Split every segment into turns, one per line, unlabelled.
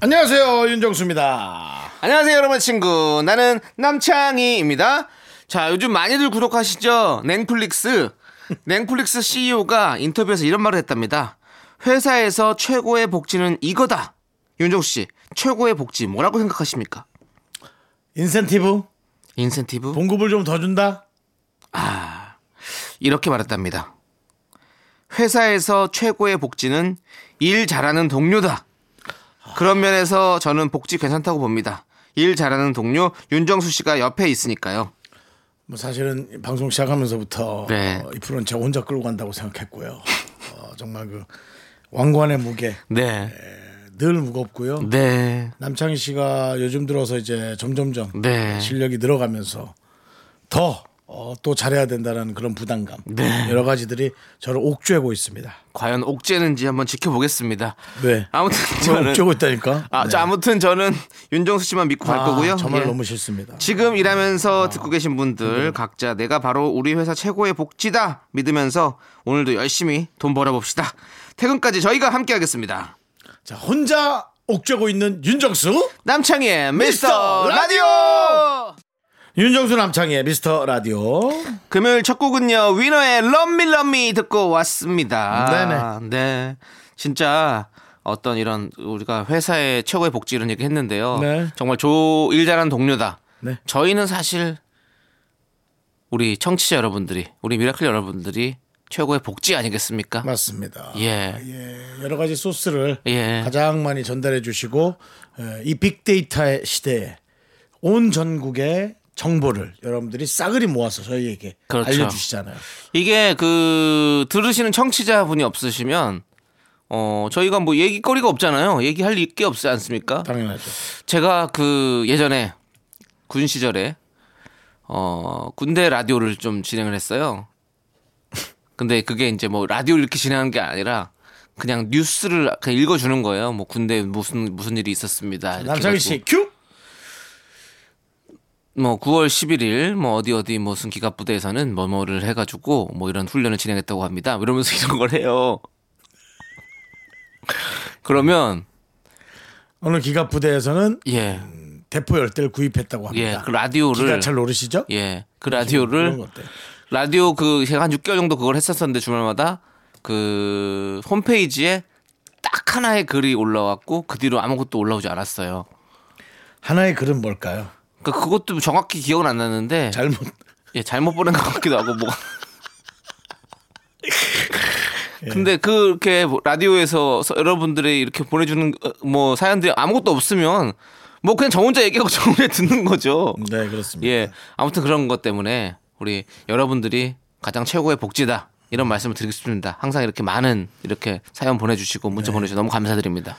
안녕하세요 윤정수입니다.
안녕하세요, 여러분 친구. 나는 남창희입니다. 자, 요즘 많이들 구독하시죠? 넷플릭스. 넷플릭스 CEO가 인터뷰에서 이런 말을 했답니다. 회사에서 최고의 복지는 이거다. 윤정수 씨, 최고의 복지 뭐라고 생각하십니까?
인센티브
인센티브?
봉급을 좀 더 준다.
이렇게 말했답니다. 회사에서 최고의 복지는 일 잘하는 동료다. 그런 면에서 저는 복지 괜찮다고 봅니다. 일 잘하는 동료 윤정수 씨가 옆에 있으니까요.
뭐 사실은 방송 시작하면서부터
네.
어, 이 프로는 제가 혼자 끌고 간다고 생각했고요. 어, 정말 그 왕관의 무게
네.
늘 무겁고요.
네.
남창희 씨가 요즘 들어서 이제 점점점
네.
실력이 늘어가면서 더 어, 또 잘해야 된다는 그런 부담감
네.
여러 가지들이 저를 옥죄고 있습니다.
과연 옥죄는지 한번 지켜보겠습니다.
네.
아무튼
제가
저는
옥죄고 있다니까. 네. 아,
아, 저 아무튼 저는 윤정수 씨만 믿고 갈 거고요.
정말
예.
너무 아. 네. 싫습니다.
지금 일하면서 듣고 계신 분들 각자 내가 바로 우리 회사 최고의 복지다 믿으면서 오늘도 열심히 돈 벌어봅시다. 퇴근까지 저희가 함께하겠습니다.
자 혼자 옥죄고 있는 윤정수.
남창희의
미스터
미스터 라디오!
윤정수 남창희의 미스터 라디오.
금요일 첫 곡은요 위너의 럼미 럼미 듣고 왔습니다. 네네. 네, 진짜 어떤 이런 우리가 회사의 최고의 복지 이런 얘기 했는데요.
네.
정말 조일 잘한 동료다.
네.
저희는 사실 우리 청취자 여러분들이 우리 미라클 여러분들이 최고의 복지 아니겠습니까?
맞습니다.
예.
예, 여러 가지 소스를
예.
가장 많이 전달해 주시고 예, 이 빅데이터의 시대에 온 전국의 정보를 여러분들이 싸그리 모아서 저희에게
그렇죠.
알려주시잖아요.
이게 그 들으시는 청취자분이 없으시면 어 저희가 뭐 얘기거리가 없잖아요. 얘기할 게 없지 않습니까?
당연하죠.
제가 그 예전에 군 시절에 어 군대 라디오를 좀 진행을 했어요. 근데 그게 이제 뭐 라디오 이렇게 진행하는 게 아니라 그냥 뉴스를 그냥 읽어주는 거예요. 뭐 군대 무슨 무슨 일이 있었습니다. 이렇게
남창희
해가지고.
씨 큐.
뭐 9월 11일 뭐 어디 어디 무슨 기갑 부대에서는 뭐뭐를 해가지고 뭐 이런 훈련을 진행했다고 합니다. 뭐 이러면서 이런 걸 해요. 그러면
오늘 기갑 부대에서는
예,
대포 열대를 구입했다고 합니다.
예, 그 라디오를
음, 기가잘 노르시죠?
예, 그
그런
라디오를
거 어때요?
라디오 그 제가 한 6개월 정도 그걸 했었었는데 주말마다 그 홈페이지에 딱 하나의 글이 올라왔고 그 뒤로 아무것도 올라오지 않았어요.
하나의 글은 뭘까요?
그것도 정확히 기억은 안 나는데
잘못
예, 잘못 보낸 것 같기도 하고 뭐. 근데 그렇게 뭐 라디오에서 서- 여러분들이 이렇게 보내주는 어, 뭐 사연들이 아무것도 없으면 뭐 그냥 저 혼자 얘기하고 저 혼자 듣는 거죠.
네 그렇습니다.
예, 아무튼 그런 것 때문에 우리 여러분들이 가장 최고의 복지다 이런 말씀을 드리고 싶습니다. 항상 이렇게 많은 이렇게 사연 보내주시고 문자 보내주셔서 너무 감사드립니다.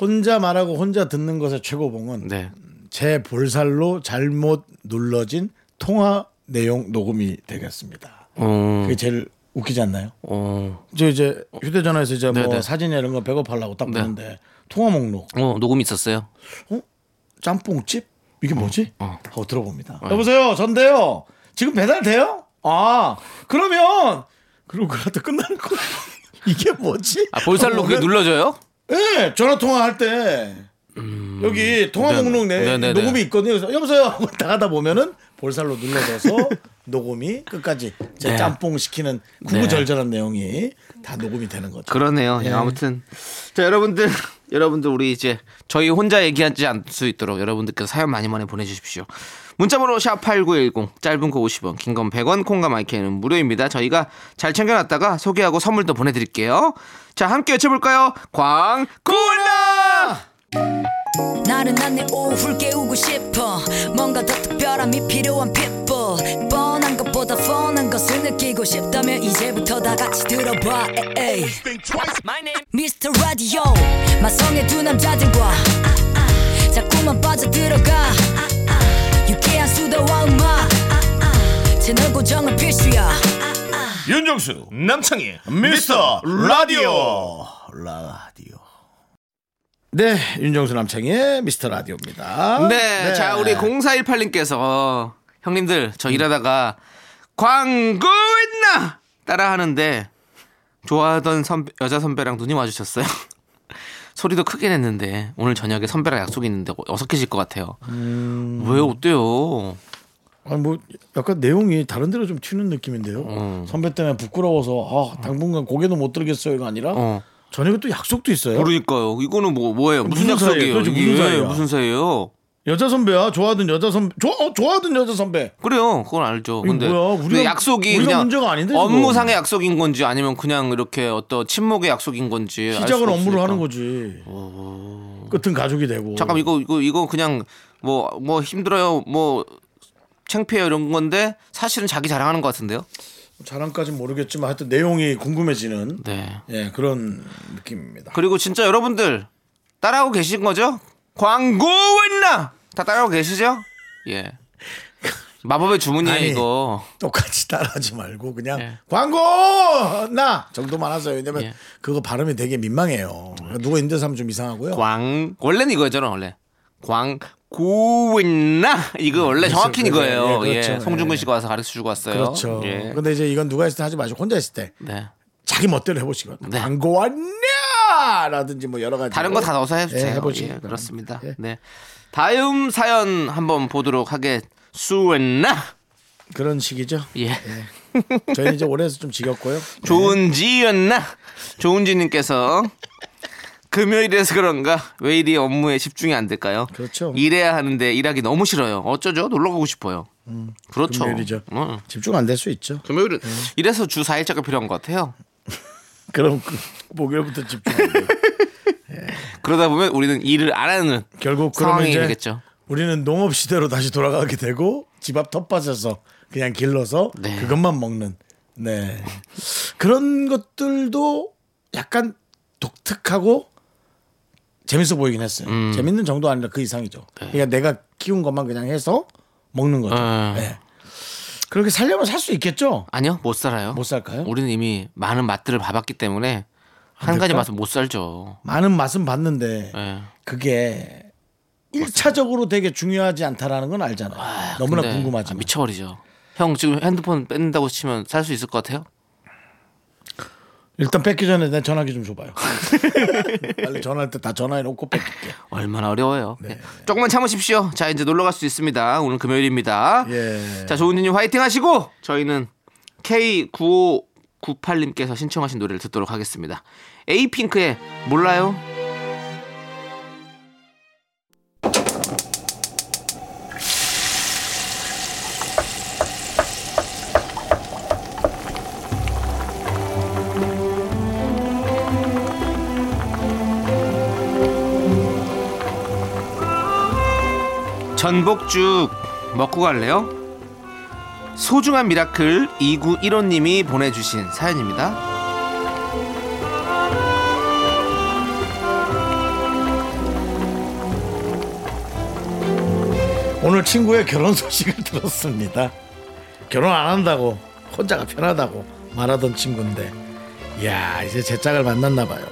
혼자 말하고 혼자 듣는 것의 최고봉은
네,
제 볼살로 잘못 눌러진 통화 내용 녹음이 되겠습니다.
어,
그게 제일 웃기지 않나요?
어,
저 이제 휴대전화에서 이제
네,
뭐
네.
사진이나 이런 거 백업하려고 딱
네.
보는데 통화 목록,
어 녹음 있었어요.
어? 짬뽕집?
어.
이게 뭐지? 하고 들어봅니다. 여보세요, 전데요. 지금 배달 돼요? 아, 그러면 그리고 그러다 끝나는 거 이게 뭐지? 어,
아 볼살로 그게
하고
눌러져요?
예, 전화 통화할 때 여기 통화
음, 네네.
목록 내
네네네.
녹음이 있거든요. 그래서 여보세요. 하고 나가다 보면은 볼살로 눌러져서 녹음이 끝까지 제
네.
짬뽕 시키는 구구절절한 내용이 다 녹음이 되는 거죠.
그러네요. 예, 아무튼 자 여러분들 여러분들 우리 이제 저희 혼자 얘기하지 않을 수 있도록 여러분들께서 사연 많이 많이 보내주십시오. 문자번호 샵8910 짧은 거 50원 긴 건 100원 콩과 마이크는 무료입니다. 저희가 잘 챙겨놨다가 소개하고 선물도 보내드릴게요. 자 함께 외쳐볼까요? 광고라
나른한 내 오후를 깨우고 싶어 뭔가 더 특별함이 필요한 people 뻔한 것보다 뻔한 것을 느끼고 싶다면 이제부터 다 같이 들어봐 에이. Mr. Radio 마성의 두 남자들과 자꾸만 빠져들어가 유쾌한 수다와 음악 채널 고정은 필수야
윤정수 남창희 미스터 라디오 라디오 네 윤정수 남창희의 미스터 라디오입니다
네, 자 우리 0418님께서 어, 형님들
음.
저 일하다가 광고 있나 따라 하는데 좋아하던 선배- 여자 선배랑 눈이 마주쳤어요. 소리도 크게 냈는데 오늘 저녁에 선배랑 약속이 있는데 어색해질 것 같아요.
음.
왜 어때요?
아니 뭐 약간 내용이 다른 데로 좀 튀는 느낌인데요
음.
선배 때문에 부끄러워서 아 당분간 고개도 못 들겠어요가 아니라
어.
저녁에 또 약속도 있어요
그러니까요. 이거는 뭐 뭐예요? 무슨,
무슨 사이예요?
약속이에요?
도대체
이게
무슨 사이야?
무슨 사이예요?
여자 선배야 좋아하던 여자 선배 좋아 어, 좋아하던 여자 선배
그래요. 그건 알죠. 근데
뭐야? 우리가-
근데 약속이
우리가
그냥
문제가 아닌데, 지금.
업무상의 약속인 건지 아니면 그냥 이렇게 어떤 친목의 약속인 건지 네, 알
시작은
수가
업무를
없으니까. 어.
하는 거지 끝은 가족이 되고
잠깐 이거 이거 이거 그냥 뭐 뭐 힘들어요. 뭐 창피해요 이런 건데 사실은 자기 자랑하는 것 같은데요.
자랑까지는 모르겠지만 하여튼 내용이 궁금해지는
네.
예 그런 느낌입니다
그리고 진짜 여러분들 따라하고 계신 거죠? 광고 있나? 다 따라하고 계시죠? 예. 마법의 주문이에요
아니.
이거.
똑같이 따라하지 말고 그냥
예.
광고 나 정도만 하세요. 왜냐면
예.
그거 발음이 되게 민망해요. 누가 인사 하면 좀 이상하고요.
광 원래는 이거였잖아 원래 광고 있나? 이거 원래
그렇죠,
정확히
그렇죠.
이거예요.
예,
예,
그렇죠.
송중근
예.
씨가 와서 가르쳐 주고 왔어요.
그렇죠.
예.
근데 이제 이건 누가 했을 때 하지 마시고 혼자 했을 때
네.
자기 멋대로 해보시거든요.
네.
광고 왔냐 라든지 뭐 여러 가지
다른 거 다 넣어서 해주세요.
예, 해보시기
예,
바랍니다.
그렇습니다.
예.
네. 다음 사연 한번 보도록 하겠수나
그런 식이죠.
예.
저희는 이제 올해서 좀 지겹고요.
좋은지였나? 좋은지님께서 금요일에서 그런가 왜 이리 업무에 집중이 안 될까요?
그렇죠.
일해야 하는데 일하기 너무 싫어요. 어쩌죠? 놀러 가고 싶어요. 그렇죠.
음, 금요일이죠.
어.
집중 안 될 수 있죠.
금요일은
음.
이래서 주 4일째가 필요한 것 같아요.
그럼 그 목요일부터 집중. 안 돼요.
그러다 보면 우리는 일을 안 하는
결국 그러면
상황이
이제
되겠죠.
우리는 농업 시대로 다시 돌아가게 되고 집 앞 텃밭에서 그냥 길러서
네.
그것만 먹는 네 그런 것들도 약간 독특하고 재밌어 보이긴 했어요.
음.
재밌는 정도 아니라 그 이상이죠.
네.
그러니까 내가 키운 것만 그냥 해서 먹는 거죠.
음.
네. 그렇게 살려면 살 수 있겠죠.
아니요, 못 살아요.
못 살까요?
우리는 이미 많은 맛들을 봐봤기 때문에 한 가지 맛은 못 살죠.
많은 맛은 봤는데
예.
그게 일차적으로 되게 중요하지 않다라는 건 알잖아요. 너무나
근데, 아,
궁금하지만.
미쳐버리죠. 형 지금 핸드폰 뺀다고 치면 살 수 있을 것 같아요?
일단 뺏기 전에 내 전화기 좀 줘봐요. 빨리 전화할 때 다 전화해놓고 뺏길게.
얼마나 어려워요.
네.
예. 조금만 참으십시오. 자 이제 놀러 갈 수 있습니다. 오늘 금요일입니다.
예.
자 조은진님 화이팅 하시고 저희는 K9598님께서 신청하신 노래를 듣도록 하겠습니다. 에이핑크의 몰라요. 전복죽 먹고 갈래요? 소중한 미라클 2915님이 보내주신 사연입니다.
오늘 친구의 결혼 소식을 들었습니다. 결혼 안 한다고 혼자가 편하다고 말하던 친구인데, 이야 이제 제 짝을 만났나 봐요.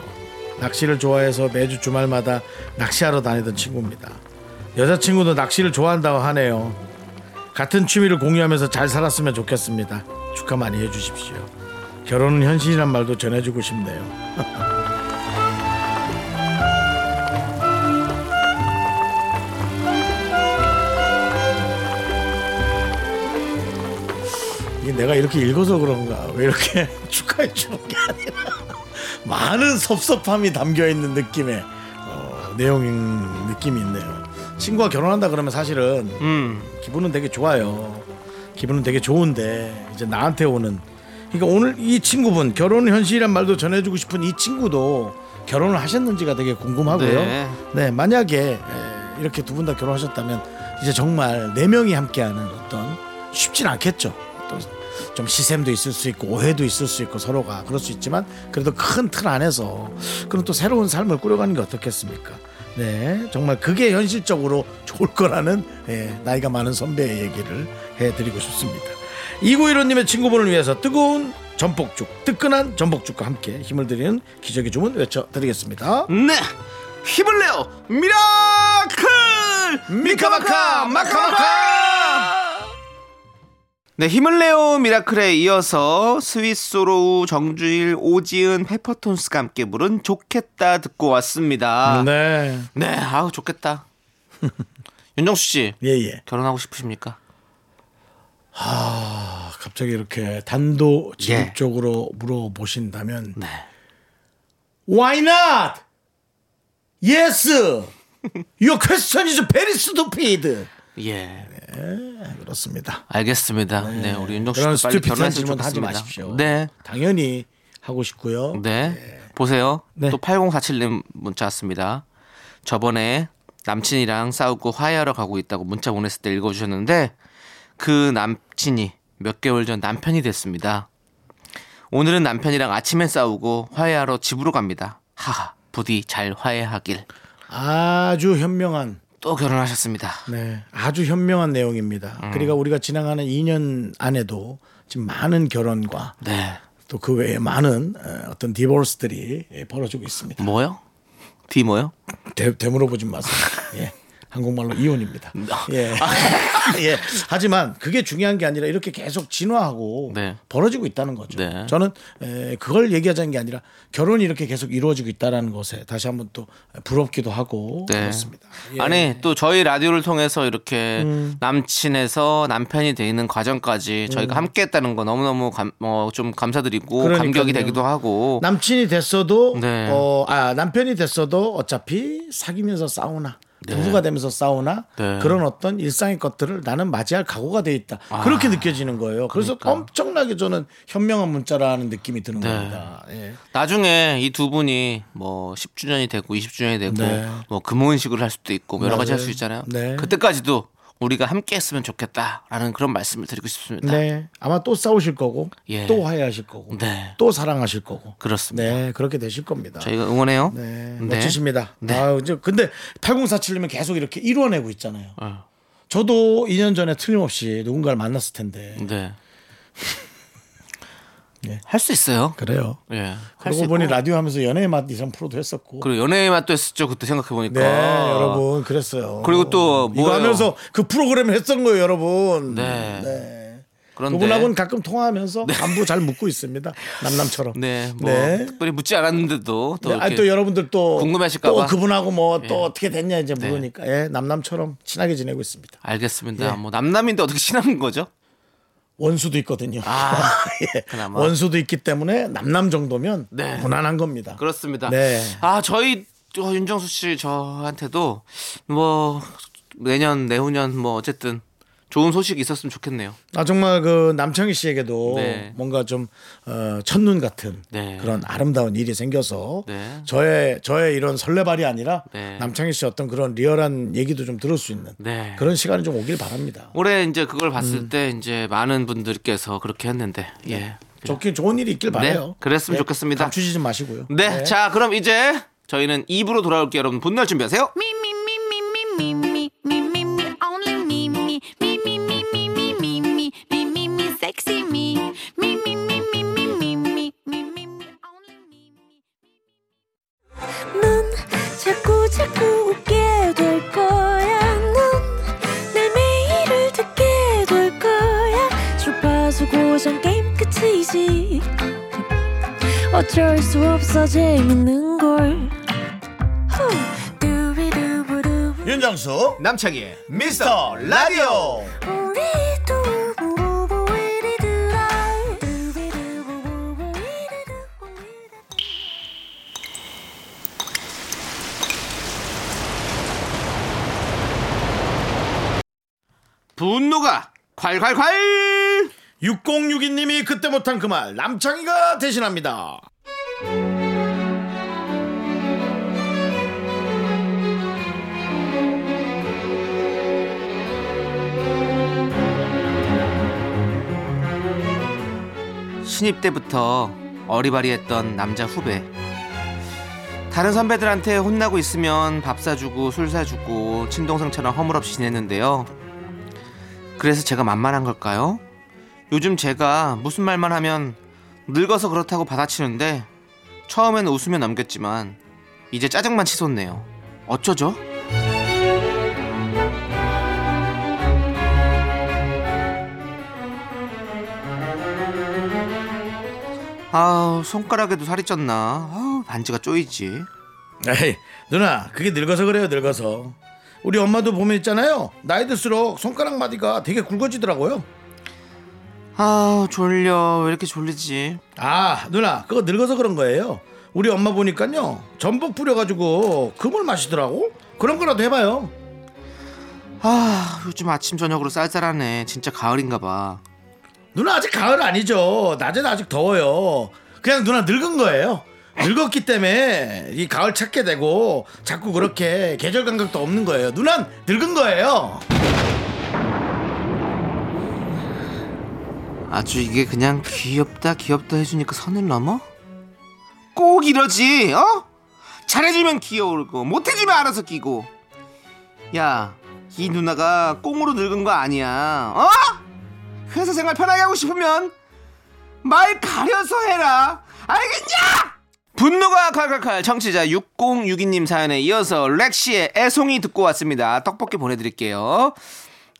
낚시를 좋아해서 매주 주말마다 낚시하러 다니던 친구입니다. 여자친구도 낚시를 좋아한다고 하네요. 같은 취미를 공유하면서 잘 살았으면 좋겠습니다. 축하 많이 해주십시오. 결혼은 현실이란 말도 전해주고 싶네요. 이게 내가 이렇게 읽어서 그런가 왜 이렇게 축하해 주는 게 아니라 많은 섭섭함이 담겨 있는 느낌의 어, 내용인 느낌이 있네요. 친구가 결혼한다 그러면 사실은 기분은 되게 좋아요. 기분은 되게 좋은데 이제 나한테 오는 그러니까 오늘 이 친구분 결혼 현실이란 말도 전해주고 싶은 이 친구도 결혼을 하셨는지가 되게 궁금하고요.
네.
네, 만약에 에, 이렇게 두 분 다 결혼하셨다면 이제 정말 네 명이 함께하는 어떤 쉽진 않겠죠. 또 좀 시샘도 있을 수 있고 오해도 있을 수 있고 서로가 그럴 수 있지만 그래도 큰 틀 안에서 그럼 또 새로운 삶을 꾸려가는 게 어떻겠습니까? 네, 정말 그게 현실적으로 좋을 거라는 예, 나이가 많은 선배의 얘기를 해드리고 싶습니다. 2915님의 친구분을 위해서 뜨거운 전복죽, 뜨끈한 전복죽과 함께 힘을 드리는 기적의 주문 외쳐드리겠습니다.
네 힘을 내요 미라클 미카마카 마카마카 네 힘을 내요 미라클에 이어서 스위스로우 정주일 오지은 페퍼톤스가 함께 부른 좋겠다 듣고 왔습니다 네,
네,
아우 좋겠다 윤정수 씨
예예.
결혼하고 싶으십니까
아, 갑자기 이렇게
예.
단도직입적으로 물어보신다면
네
Why not? Yes. Your question is very stupid.
예,
그렇습니다.
알겠습니다. 네, 우리 윤정수
그런
씨 빨리
스튜피드한
결혼했으면
질문 하지
좋겠습니다.
마십시오.
네,
당연히 하고 싶고요.
네. 보세요.
네.
또 8047님 문자 왔습니다. 저번에 남친이랑 싸우고 화해하러 가고 있다고 문자 보냈을 때 읽어주셨는데 그 남친이 몇 개월 전 남편이 됐습니다. 오늘은 남편이랑 아침에 싸우고 화해하러 집으로 갑니다. 하하. 부디 잘 화해하길.
아주 현명한
또 결혼하셨습니다.
네, 아주 현명한 내용입니다.
음.
그러니까 우리가 지나가는 2년 안에도 지금 많은 결혼과
네.
또 그 외에 많은 어, 어떤 디보스들이 예, 벌어지고 있습니다.
뭐요? 뒤 뭐요?
되, 되물어보지 마세요. 예. 한국말로 이혼입니다. 예. 예. 하지만 그게 중요한 게 아니라 이렇게 계속 진화하고
네.
벌어지고 있다는 거죠.
네.
저는 에, 그걸 얘기하자는 게 아니라 결혼이 이렇게 계속 이루어지고 있다라는 것에 다시 한번 또 부럽기도 하고
네.
그렇습니다. 예. 음.
아니 또 저희 라디오를 통해서 이렇게 남친에서 남편이 되는 과정까지 저희가 함께했다는 거 너무너무 감, 어, 좀 감사드리고 감격이
음. 그러니까요.
되기도 하고
남친이 됐어도
어. 네.
어, 아, 남편이 됐어도 어차피 사귀면서 싸우나 부부가 되면서 싸우나
네.
그런 어떤 일상의 것들을 나는 맞이할 각오가 돼 있다
아.
그렇게 느껴지는 거예요. 그래서
그러니까.
엄청나게 저는 현명한 문자라는 느낌이 드는
네.
겁니다. 예.
나중에 이 두 분이 뭐 10주년이 되고 20주년이 되고
네.
뭐 금혼식을 할 수도 있고 여러 가지
맞아요.
할 수 있잖아요.
네.
그때까지도 우리가 함께했으면 좋겠다라는 그런 말씀을 드리고 싶습니다.
네, 아마 또 싸우실 거고
예.
또 화해하실 거고
네.
또 사랑하실 거고
그렇습니다.
네 그렇게 되실 겁니다.
저희가 응원해요.
네,
네.
멋지십니다.
네.
아우, 저 근데 8047님은 계속 이렇게 이뤄내고 있잖아요.
어.
저도 2년 전에 틀림없이 누군가를 만났을 텐데
네.
예.
할 수 있어요.
그래요.
예. 할수
그러고 보니
있고.
라디오 하면서 연애의 맛 이상 프로도 했었고.
그리고 연애의 맛도 했었죠 그때 생각해 보니까
네, 여러분 그랬어요.
그리고 또
이거
뭐예요?
하면서 그 프로그램을 했던 거예요, 여러분.
네. 그런데
그분하고는 가끔 통화하면서 안부 잘 묻고 있습니다. 남남처럼.
네, 뭐
네.
특별히 묻지 않았는데도 또
네, 아니,
이렇게
또 여러분들 또
궁금해하실까 봐. 예. 네.
또 그분하고 뭐 또 어떻게 됐냐 이제 물으니까 예, 남남처럼 친하게 지내고 있습니다. 예.
알겠습니다. 뭐 남남인데 어떻게 친한 거죠?
원수도 있거든요.
아,
예.
그나마.
원수도 있기 때문에 남남 정도면
네.
무난한 겁니다.
그렇습니다.
네.
아, 저희 저 윤정수 씨 저한테도 뭐 내년 내후년 뭐 어쨌든 좋은 소식이 있었으면 좋겠네요.
아 정말 그 남창희 씨에게도
네.
뭔가 좀 어, 첫눈 같은
네.
그런 아름다운 일이 생겨서
네.
저의 저의 이런 설레발이 아니라
네.
남창희 씨 어떤 그런 리얼한 얘기도 좀 들을 수 있는
네.
그런 시간이 좀 오길 바랍니다.
올해 이제 그걸 봤을
음.
때 이제 많은 분들께서 그렇게 했는데 예.
네. 좋긴 좋은 일이 있길 바래요.
네.
네.
그랬으면 좋겠습니다.
감추지 좀 마시고요.
네, 자 그럼 이제 저희는 2부로 돌아올게요. 여러분 분노할 준비하세요.
Me, me, me, me, me, me, me, me, me, me, only me, me, me, me, me, me, me, me, me, me, me, me, sexy me. Me, me, me, me, me, me, me, me, me, me, only me, me.
넌 자꾸 자꾸 웃게 될 거야. 넌내 매일을 듣게 될 거야. 주파수 고정 게임 끝이지. 어쩔 수 없어 재밌는 걸. 후. 두비두부두.
윤정수
남창희의
미스터 라디오.
우리 두부부부 우리들아. 두비두부부부 우리들아. 우리들아.
분노가 콸콸콸
6062님이 그때 못한 그 말 남창희가 대신합니다.
신입 때부터 어리바리했던 남자 후배 다른 선배들한테 혼나고 있으면 밥 사주고 술 사주고 친동생처럼 허물없이 지냈는데요. 그래서 제가 만만한 걸까요? 요즘 제가 무슨 말만 하면 늙어서 그렇다고 받아치는데 처음에는 웃으며 넘겼지만 이제 짜증만 치솟네요. 어쩌죠? 아 손가락에도 살이 쪘나? 아 반지가 쪼이지.
에이 누나 그게 늙어서 그래요 늙어서 우리 엄마도 보면 있잖아요 나이 들수록 손가락 마디가 되게 굵어지더라고요
아 졸려 왜 이렇게 졸리지?
아 누나 그거 늙어서 그런 거예요 우리 엄마 보니까요 전복 뿌려가지고 금을 마시더라고 그런 거라도 해봐요
아 요즘 아침 저녁으로 쌀쌀하네. 진짜 가을인가봐.
누나 아직 가을 아니죠 낮에는 아직 더워요 그냥 누나 늙은 거예요 늙었기 때문에 이 가을 찾게 되고 자꾸 그렇게 계절 감각도 없는 거예요 누난 늙은 거예요
아주 이게 그냥 귀엽다 귀엽다 해주니까 선을 넘어? 꼭 이러지 어? 잘해주면 귀여울고 못해주면 알아서 끼고 야 이 누나가 꽁으로 늙은 거 아니야 어? 회사 생활 편하게 하고 싶으면 말 가려서 해라 알겠냐? 분노가 칼칼칼 청취자 6062님 사연에 이어서 렉시의 애송이 듣고 왔습니다 떡볶이 보내드릴게요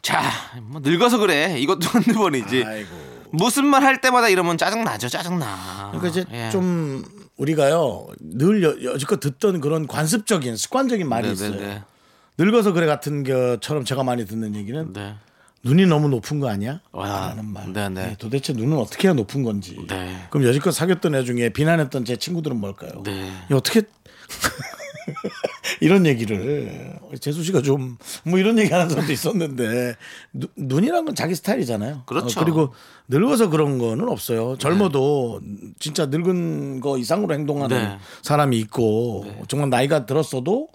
자, 뭐 늙어서 그래. 이것도 한두 번이지. 무슨 말 할 때마다 이러면 짜증 나죠. 짜증 나.
그러니까 이제
예.
좀 우리가요 늘 여, 여지껏 듣던 그런 관습적인 습관적인 말이
네,
있어요.
네, 네.
늙어서 그래 같은 것처럼 제가 많이 듣는 얘기는
네.
눈이 너무 높은 거 아니야?
와,
라는 말.
네, 네.
도대체 눈은 어떻게 해야 높은 건지.
네.
그럼 여지껏 사귀었던 애 중에 비난했던 제 친구들은 뭘까요?
네.
이 어떻게 이런 얘기를 재수 씨가 좀 뭐 이런 얘기 하는 사람도 있었는데 눈- 눈이란 건 자기 스타일이잖아요. 어,
그렇죠.
그리고 늙어서 그런 거는 없어요.
네.
젊어도 진짜 늙은 거 이상으로 행동하는
네.
사람이 있고 정말 나이가 들었어도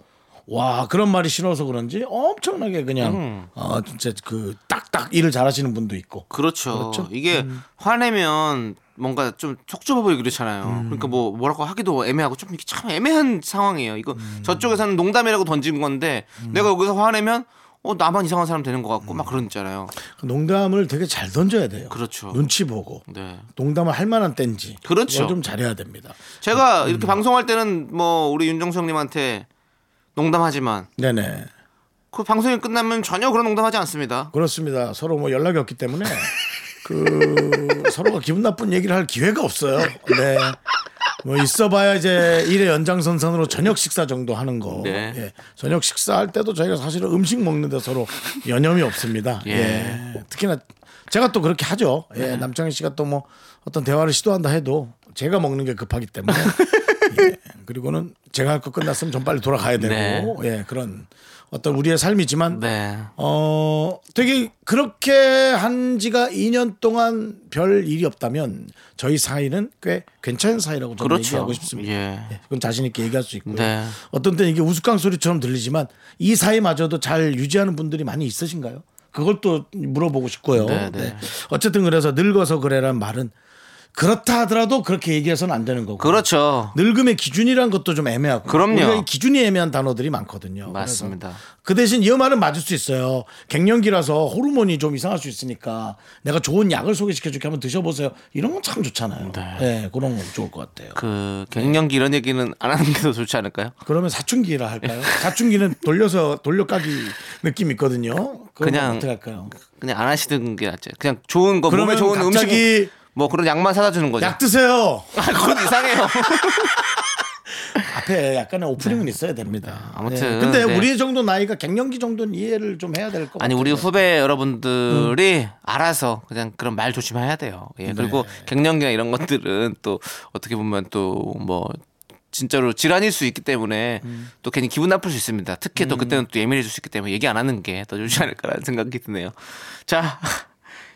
와 그런 말이 싫어서 그런지 엄청나게 그냥
음.
어, 진짜 그 딱딱 일을 잘하시는 분도 있고
그렇죠.
그렇죠?
이게 화내면 뭔가 좀 속 좁아 보이고 그렇잖아요.
음.
그러니까 뭐 뭐라고 하기도 애매하고 좀 이게 참 애매한 상황이에요. 이거
음.
저쪽에서는 농담이라고 던진 건데 내가 여기서 화내면 어 나만 이상한 사람 되는 것
음.
같고 막 그런 있잖아요.
농담을 되게 잘 던져야 돼요.
그렇죠.
눈치 보고
네.
농담을 할 만한 땐지
그렇죠.
그걸 좀 잘해야 됩니다. 음.
제가 이렇게 방송할 때는 뭐 우리 윤정수 형님한테 농담하지만
네네.
그 방송이 끝나면 전혀 그런 농담하지 않습니다.
그렇습니다. 서로 뭐 연락이 없기 때문에 그 서로가 기분 나쁜 얘기를 할 기회가 없어요. 네. 뭐 있어봐야 이제 일의 연장선상으로 저녁 식사 정도 하는 거.
네.
예. 저녁 식사 할 때도 저희가 사실은 음식 먹는데 서로 여념이 없습니다. 예. 특히나 제가 또 그렇게 하죠. 예.
네.
남창희 씨가 또 뭐 어떤 대화를 시도한다 해도 제가 먹는 게 급하기 때문에. 예. 그리고는 제가 할 거 끝났으면 좀 빨리 돌아가야 되고.
네.
예. 그런 어떤 우리의 삶이지만
네.
어, 되게 그렇게 한 지가 2년 동안 별 일이 없다면 저희 사이는 꽤 괜찮은 사이라고 저는
그렇죠.
얘기하고 싶습니다.
예.
예, 그건 자신 있게 얘기할 수 있고요.
네.
어떤 때는 이게 우스꽝 소리처럼 들리지만 이 사이마저도 잘 유지하는 분들이 많이 있으신가요? 그걸 또 물어보고 싶고요.
네, 네.
어쨌든 그래서 늙어서 그래란 말은 그렇다 하더라도 그렇게 얘기해서는 안 되는 거고.
그렇죠.
늙음의 기준이란 것도 좀 애매하고
그럼요.
우리가 이 기준이 애매한 단어들이 많거든요.
맞습니다.
그래서 그 대신 이 말은 맞을 수 있어요. 갱년기라서 호르몬이 좀 이상할 수 있으니까 내가 좋은 약을 소개시켜 줄게 한번 드셔보세요. 이런 건 참 좋잖아요. 네. 그런 건 좋을 것 같아요.
그 갱년기 이런 얘기는 안 하는 게 더 좋지 않을까요?
그러면 사춘기라 할까요? 사춘기는 돌려서 돌려까기 느낌 이 있거든요.
그냥
그냥 어떻게 할까요?
그냥 안 하시는 게 낫죠. 그냥 좋은 거 몸에
그러면
좋은
갑자기
음식 뭐 그런 약만 사다 주는 거죠.
약 드세요.
아, 그건 이상해요.
앞에 약간의 오프닝은 있어야 됩니다.
네. 아무튼,
네. 근데
네.
우리 정도 나이가 갱년기 정도는 이해를 좀 해야 될 것 같아요.
아니 우리 후배 여러분들이 알아서 그냥 그런 말 조심해야 돼요.
네.
예. 그리고 갱년기나 이런 것들은 또 어떻게 보면 또 뭐 진짜로 질환일 수 있기 때문에
음.
또 괜히 기분 나쁠 수 있습니다. 특히 또 그때는 또 예민해질 수 있기 때문에 얘기 안 하는 게 더 좋지 않을까라는 생각이 드네요. 자.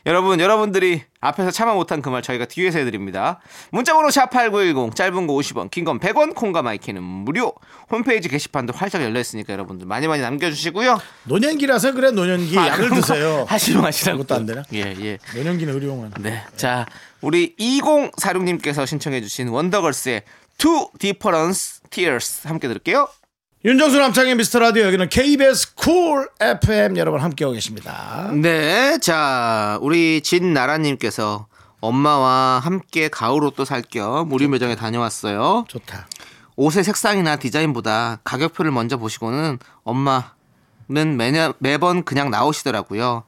여러분, 여러분들이 앞에서 참아 못한 그 말 저희가 뒤에서 해드립니다. 문자번호 샵8910, 짧은 거 50원, 긴 건 100원, 콩과 마이키는 무료. 홈페이지 게시판도 활짝 열려있으니까 여러분들 많이 많이 남겨주시고요.
노년기라서 그래 노년기
아,
약을
그런 거
드세요.
하지 마시라고.
그것도 안 되나?
예, 예.
노년기는 의료용한.
네. 자, 우리 2046님께서 신청해주신 원더걸스의 Two Difference Tears 함께 들을게요.
윤정수 남창의 미스터 라디오 여기는 KBS 쿨 FM 여러분 함께하고 계십니다.
네, 자 우리 진나라님께서 엄마와 함께 가을 옷도 살 겸 우리 매장에 다녀왔어요.
좋다.
옷의 색상이나 디자인보다 가격표를 먼저 보시고는 엄마는 매년 매번 그냥 나오시더라고요.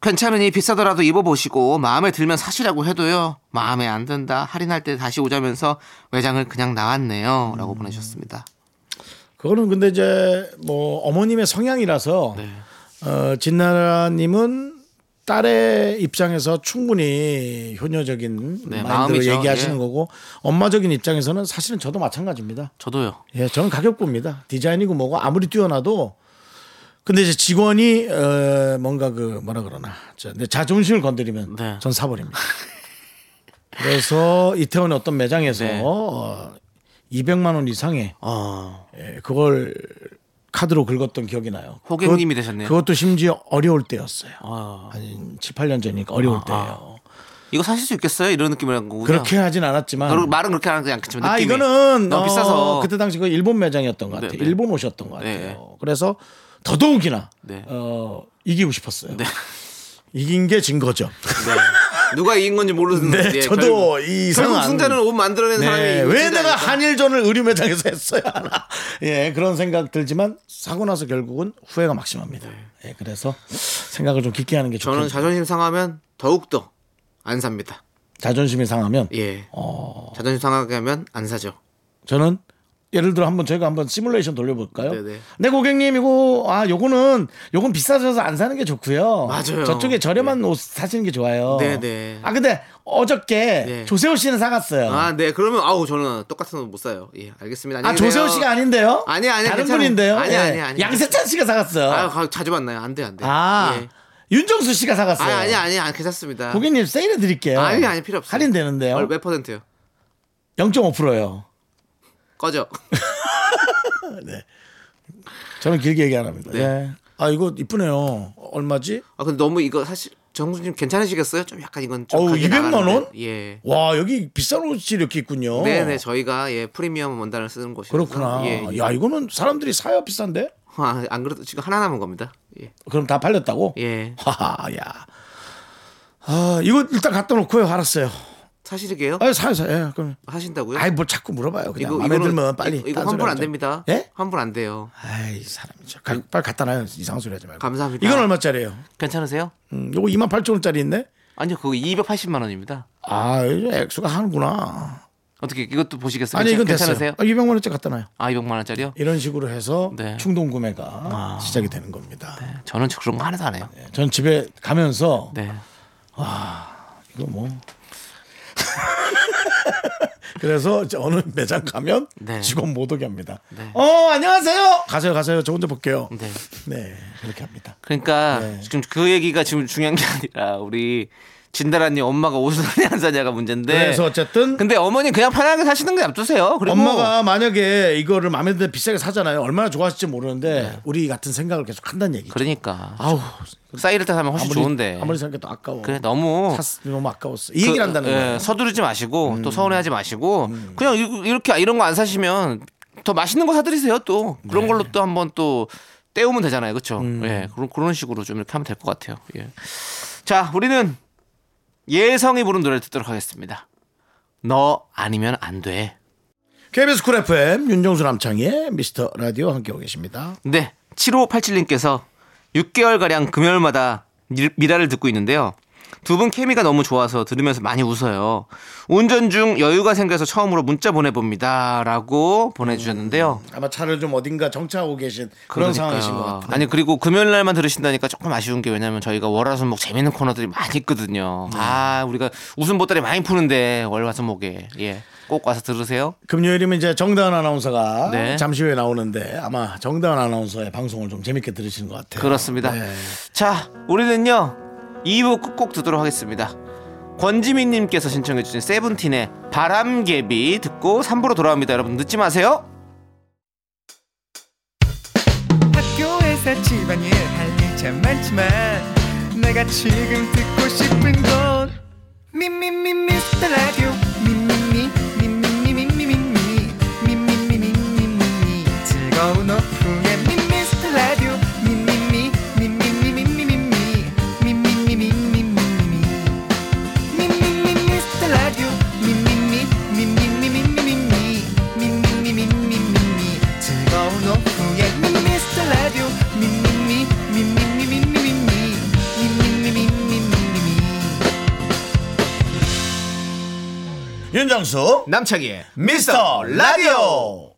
괜찮으니 비싸더라도 입어보시고 마음에 들면 사시라고 해도요 마음에 안 든다 할인할 때 다시 오자면서 외장을 그냥 나왔네요라고 보내셨습니다.
그거는 근데 이제 뭐 어머님의 성향이라서
네.
어, 진나라님은 딸의 입장에서 충분히 효녀적인
네,
마음으로
마음이죠.
얘기하시는
예.
거고 엄마적인 입장에서는 사실은 저도 마찬가지입니다.
저도요.
예, 저는 가격부입니다. 디자인이고 뭐고 아무리 뛰어나도 근데 이제 직원이 어, 뭔가 그 뭐라 그러나 저, 내 자존심을 건드리면
네.
전 사버립니다. 그래서 이태원의 어떤 매장에서
네.
어, 200만 원 이상의
어,
예, 그걸 카드로 긁었던 기억이 나요.
호객님이
그것-
되셨네요.
그것도 심지어 어려울 때였어요.
어.
한 7, 8년 전이니까
아,
어려울 때예요.
이거 사실 수 있겠어요? 이런 느낌이란 거고요.
그렇게 하진 않았지만
바로 말은 그렇게 하는 게 않겠지만
아
느낌이
이거는
너무
어,
비싸서
그때 당시 그 일본 매장이었던 것 같아요.
네, 네.
일본 옷이었던 것 같아요.
네.
그래서 더더욱이나
네.
어, 이기고 싶었어요. 이긴 게 진 거죠.
네. 누가 이긴 건지 모르는데
네,
예,
저도
결국-
이
결국
이상한
승자는 옷 만들어낸 사람이
네, 왜
이기지
내가
않을까?
한일전을 의류 매장에서 했어야 하나? 예, 그런 생각 들지만 사고 나서 결국은 후회가 막심합니다. 예, 그래서 생각을 좀 깊게 하는 게 좋죠.
네. 저는 자존심 상하면 더욱더 안 삽니다.
자존심이 상하면
예.
어.
자존심 상하게 하면 안 사죠.
저는 예를 들어 한번 저희가 한번 시뮬레이션 돌려볼까요?
네네.
네 고객님 이거 아 요거는 요건 비싸져서 안 사는 게 좋고요.
맞아요. 네.
저쪽에 저렴한 옷 사시는 게 좋아요.
네네.
아 근데 어저께
네.
조세호 씨는 사갔어요. 아,
아, 네. 그러면 아우 저는 똑같은 옷 못 사요. 예, 알겠습니다. 안녕히
조세호
계세요.
씨가 아닌데요?
아니야, 아니야,
다른
괜찮아요.
분인데요.
아니야,
예.
아니야, 아니야.
양세찬 씨가 사갔어요.
아유,
아,
가- 자주 만나요. 안 돼, 안 돼. 예.
윤정수 씨가 사갔어요.
아니, 아니, 아니, 아니, 괜찮습니다.
고객님 세일해 드릴게요.
아니, 아니, 필요 없어요.
할인 되는데요.
얼- 몇 퍼센트요?
0.5%예요.
꺼져.
저는 길게 얘기 안 합니다.
네.
예. 아 이거 이쁘네요. 얼마지?
아, 근데 너무 이거 사실 정수님 괜찮으시겠어요? 좀 약간 이건 좀
어우,
가격이
200만
나가는데.
원?
예.
와 여기 비싼 옷이 이렇게 있군요.
네네 저희가 예 프리미엄 원단을 쓰는 곳이
그렇구나. 야 이거는 사람들이 사야 비싼데?
아, 안 그래도 지금 하나 남은 겁니다. 예.
그럼 다 팔렸다고?
예.
하하 야. 아 이거 일단 갖다 놓고요. 알았어요.
사실이게요?
아 사요 사요. 예, 그럼.
하신다고요?
아이 뭘 자꾸 물어봐요. 그냥 마음에
네. 이거는-
들면 빨리.
이거, 이거
딴 소리
환불 안
하자.
됩니다.
예?
환불 안 돼요.
아이 사람이죠. 가- 빨리 갖다 놔요. 이상한 소리 하지 말고.
감사합니다.
이건 얼마짜리예요?
괜찮으세요?
음, 요거 2만 8천 원짜리 있네.
아니요, 그거 280만 원입니다.
아 이거 액수가 하는구나.
어떻게 이것도 보시겠어요?
아니
괜찮-
이건
괜찮으세요?
됐어요. 아, 200만 원짜리 갖다 놔요.
아, 200만 원짜리요?
이런 식으로 해서
네. 아.
충동 구매가 시작이 되는 겁니다.
저는 그런 거 하나도 안 해요.
예, 전 집에 가면서
네.
이거 뭐. 그래서 이제 어느 매장 가면
네.
직원 못 오게 합니다.
네.
어 안녕하세요. 가세요 가세요. 저 혼자 볼게요. 네,
네.
그렇게 합니다.
그러니까
네.
지금 그 얘기가 지금 중요한 게 아니라 우리 진다라님 엄마가 옷을 사냐 안 사냐가 문제인데.
그래서 어쨌든
근데 어머니 그냥 편하게 사시는 게 놔두세요. 그리고
엄마가 만약에 이거를 마음에 드는 비싸게 사잖아요. 얼마나 좋아하실지 모르는데 우리 같은 생각을 계속 한다는 얘기죠.
네. 그러니까
아우
사이를 따 사면 훨씬
아무리
좋은데.
아무리 생각해도 아까워.
그래 너무
샀- 너무 아까웠어. 이
그,
얘기를 한다는
예,
거예요. 음.
서두르지 마시고 또 서운해하지 마시고 그냥 이- 이렇게 이런 거 안 사시면 더 맛있는 거 사드리세요 또 그런
네.
걸로 또 한번 또 때우면 되잖아요 그렇죠
음.
예 그런 그런 식으로 좀 이렇게 하면 될 것 같아요 예. 예자 우리는 예성이 부른 노래를 듣도록 하겠습니다 너 아니면 안돼
KBS 쿨 FM 윤정수 남창희의 미스터 라디오 함께하고 계십니다.
네, 7587님께서 6개월가량 금요일마다 미- 미라를 듣고 있는데요. 두 분 케미가 너무 좋아서 들으면서 많이 웃어요. 운전 중 여유가 생겨서 처음으로 문자 보내봅니다. 라고 보내주셨는데요.
아마 차를 좀 어딘가 정차하고 계신 음, 그런
그러니까요.
상황이신 것 같아요.
아니, 그리고 금요일 날만 들으신다니까 조금 아쉬운 게 왜냐면 저희가 월화수목 재밌는 코너들이 많이 있거든요.
네.
아, 우리가 웃음 보따리 많이 푸는데 월화수목에. 예. 꼭 와서 들으세요.
금요일이면 이제 정다은 아나운서가
네.
잠시 후에 나오는데 아마 정다은 아나운서의 방송을 좀 재밌게 들으시는 것 같아요.
그렇습니다.
네.
자, 우리는요 2부 꾹꾹 듣도록 하겠습니다. 권지민님께서 신청해주신 세븐틴의 바람개비 듣고 3부로 돌아옵니다. 여러분 늦지 마세요.
학교에서 집안일 할 일 참 많지만 내가 지금 듣고 싶은 건 미미미 미스터 라디오 미미미 미미미 미미
윤정수
남창희의
미스터 라디오.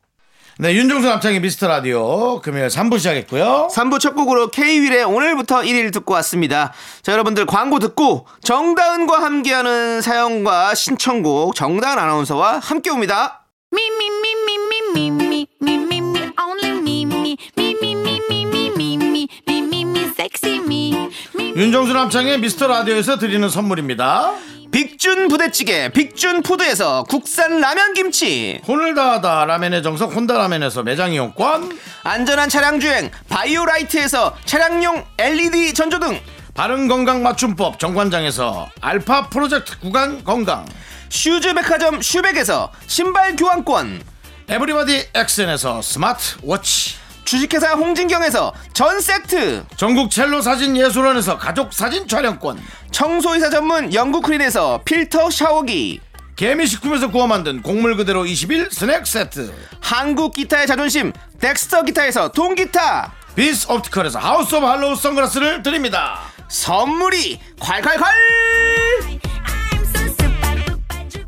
네, 윤종수 남창의 미스터 라디오 금요일 3부 시작했고요.
3부 첫 곡으로 K윌의 오늘부터 1일 듣고 왔습니다. 자, 여러분들 광고 듣고 정다은과 함께하는 사연과 신청곡 정다은 아나운서와 함께 옵니다.
Me, me, me, me, me, me, me, me, me, me, only me, me, me, me, me, me, me, me, me, me, me, me, sexy me. Me,
윤종수 남창의 미스터 라디오에서 드리는 선물입니다.
빅준 부대찌개, 빅준 푸드에서 국산 라면 김치,
혼을 다하다 라멘의 정석 혼다 라멘에서 매장 이용권
안전한 차량 주행, 바이오라이트에서 차량용 LED 전조등,
바른 건강 맞춤법 정관장에서 알파 프로젝트 구간 건강
슈즈 백화점 슈백에서 신발 교환권,
에브리바디 엑센에서 스마트 워치
주식회사 홍진경에서 전 세트,
전국 첼로 사진 예술원에서 가족 사진 촬영권
청소이사 전문 영국 크린에서 필터 샤워기,
개미식품에서 구워 만든 곡물 그대로 21 스낵 세트
한국 기타의 자존심 덱스터 기타에서 동기타
비스 옵티컬에서 하우스 오브 할로우 선글라스를 드립니다
선물이 콸콸콸
I'm so super duper duper.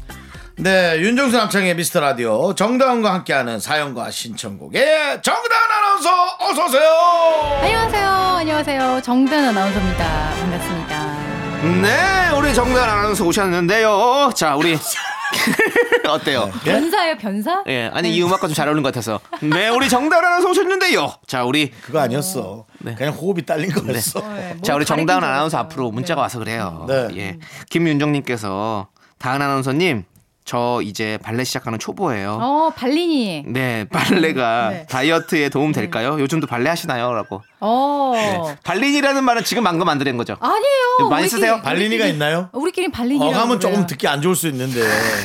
네 윤정수 남창의 미스터 라디오 정다은과 함께하는 사연과 신청곡의 정다은 아나운서 어서오세요
안녕하세요. 안녕하세요. 정단 아나운서입니다. 반갑습니다.
네 우리 정단 아나운서 오셨는데요 자 우리 어때요
변사예요, 변사?
예 아니 이 음악과 좀 잘 어울리는 것 같아서 네 우리 정단 아나운서 오셨는데요 자 우리
그거 아니었어
네.
그냥 호흡이 딸린 거였어
예.
자 우리 정다은
정단
아나운서 앞으로 문자가 와서 그래요
네.
예 김윤정님께서 다은 아나운서님 저 이제 발레 시작하는 초보예요
어, 발리니.
네, 발레가
네. 음.
다이어트에 도움 될까요? 요즘도 발레 하시나요? 라고.
어.
네. 발린이라는 말은 지금 방금 만드는 거죠.
아니에요.
많이
우리끼리-
쓰세요?
발린이가 있나요?
우리끼리 발리니라고.
어감은 조금
그래요.
듣기 안 좋을 수 있는데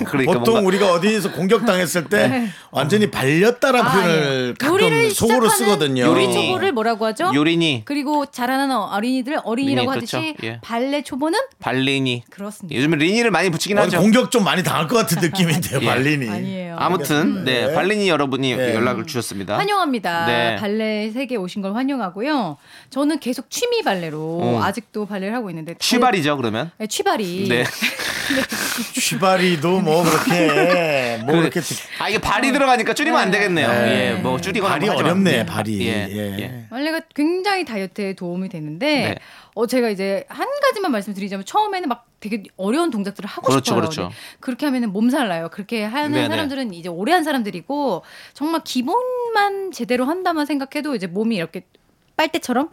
그러니까
보통
뭔가-
우리가 어디에서 공격당했을 때
네.
완전히 발렸다라는
아,
표현을
예.
가끔
요리를
속으로
시작하는
쓰거든요.
요리
요리니.
초보를 뭐라고 하죠?
요리니,
그리고 자라나는 어린이들 어린이라고
요리니,
하듯이
그렇죠. 예.
발레 초보는
발린이.
그렇습니다.
요즘에 리니를 많이 붙이긴
어디
하죠.
공격 좀 많이 당할 것 같은 느낌인데요,
예.
발린이.
아니에요.
아무튼 네,
네.
발린이 여러분이
네.
연락을 주셨습니다.
환영합니다.
네.
발레 세계 오신 걸 환영하고요. 저는 계속 취미 발레로 아직도 발레를 하고 있는데
어. 취발이죠, 그러면?
네, 취발이
네.
쥐발이도 뭐 그렇게 뭐 그렇게
아 이게 발이 들어가니까 줄이면 안 되겠네요. 예, 뭐 줄이거나
발이
뭐 하지 마.
어렵네,
예.
발이.
예,
예.
예.
원래가 굉장히 다이어트에 도움이 되는데
네.
어 제가 이제 한 가지만 말씀드리자면 처음에는 막 되게 어려운 동작들을 하고
그렇죠,
싶어요.
그렇죠.
근데 그렇게 하면은 몸살 나요. 그렇게 하는
네, 네.
사람들은 이제 오래 한 사람들이고 정말 기본만 제대로 한다만 생각해도 이제 몸이 이렇게 빨대처럼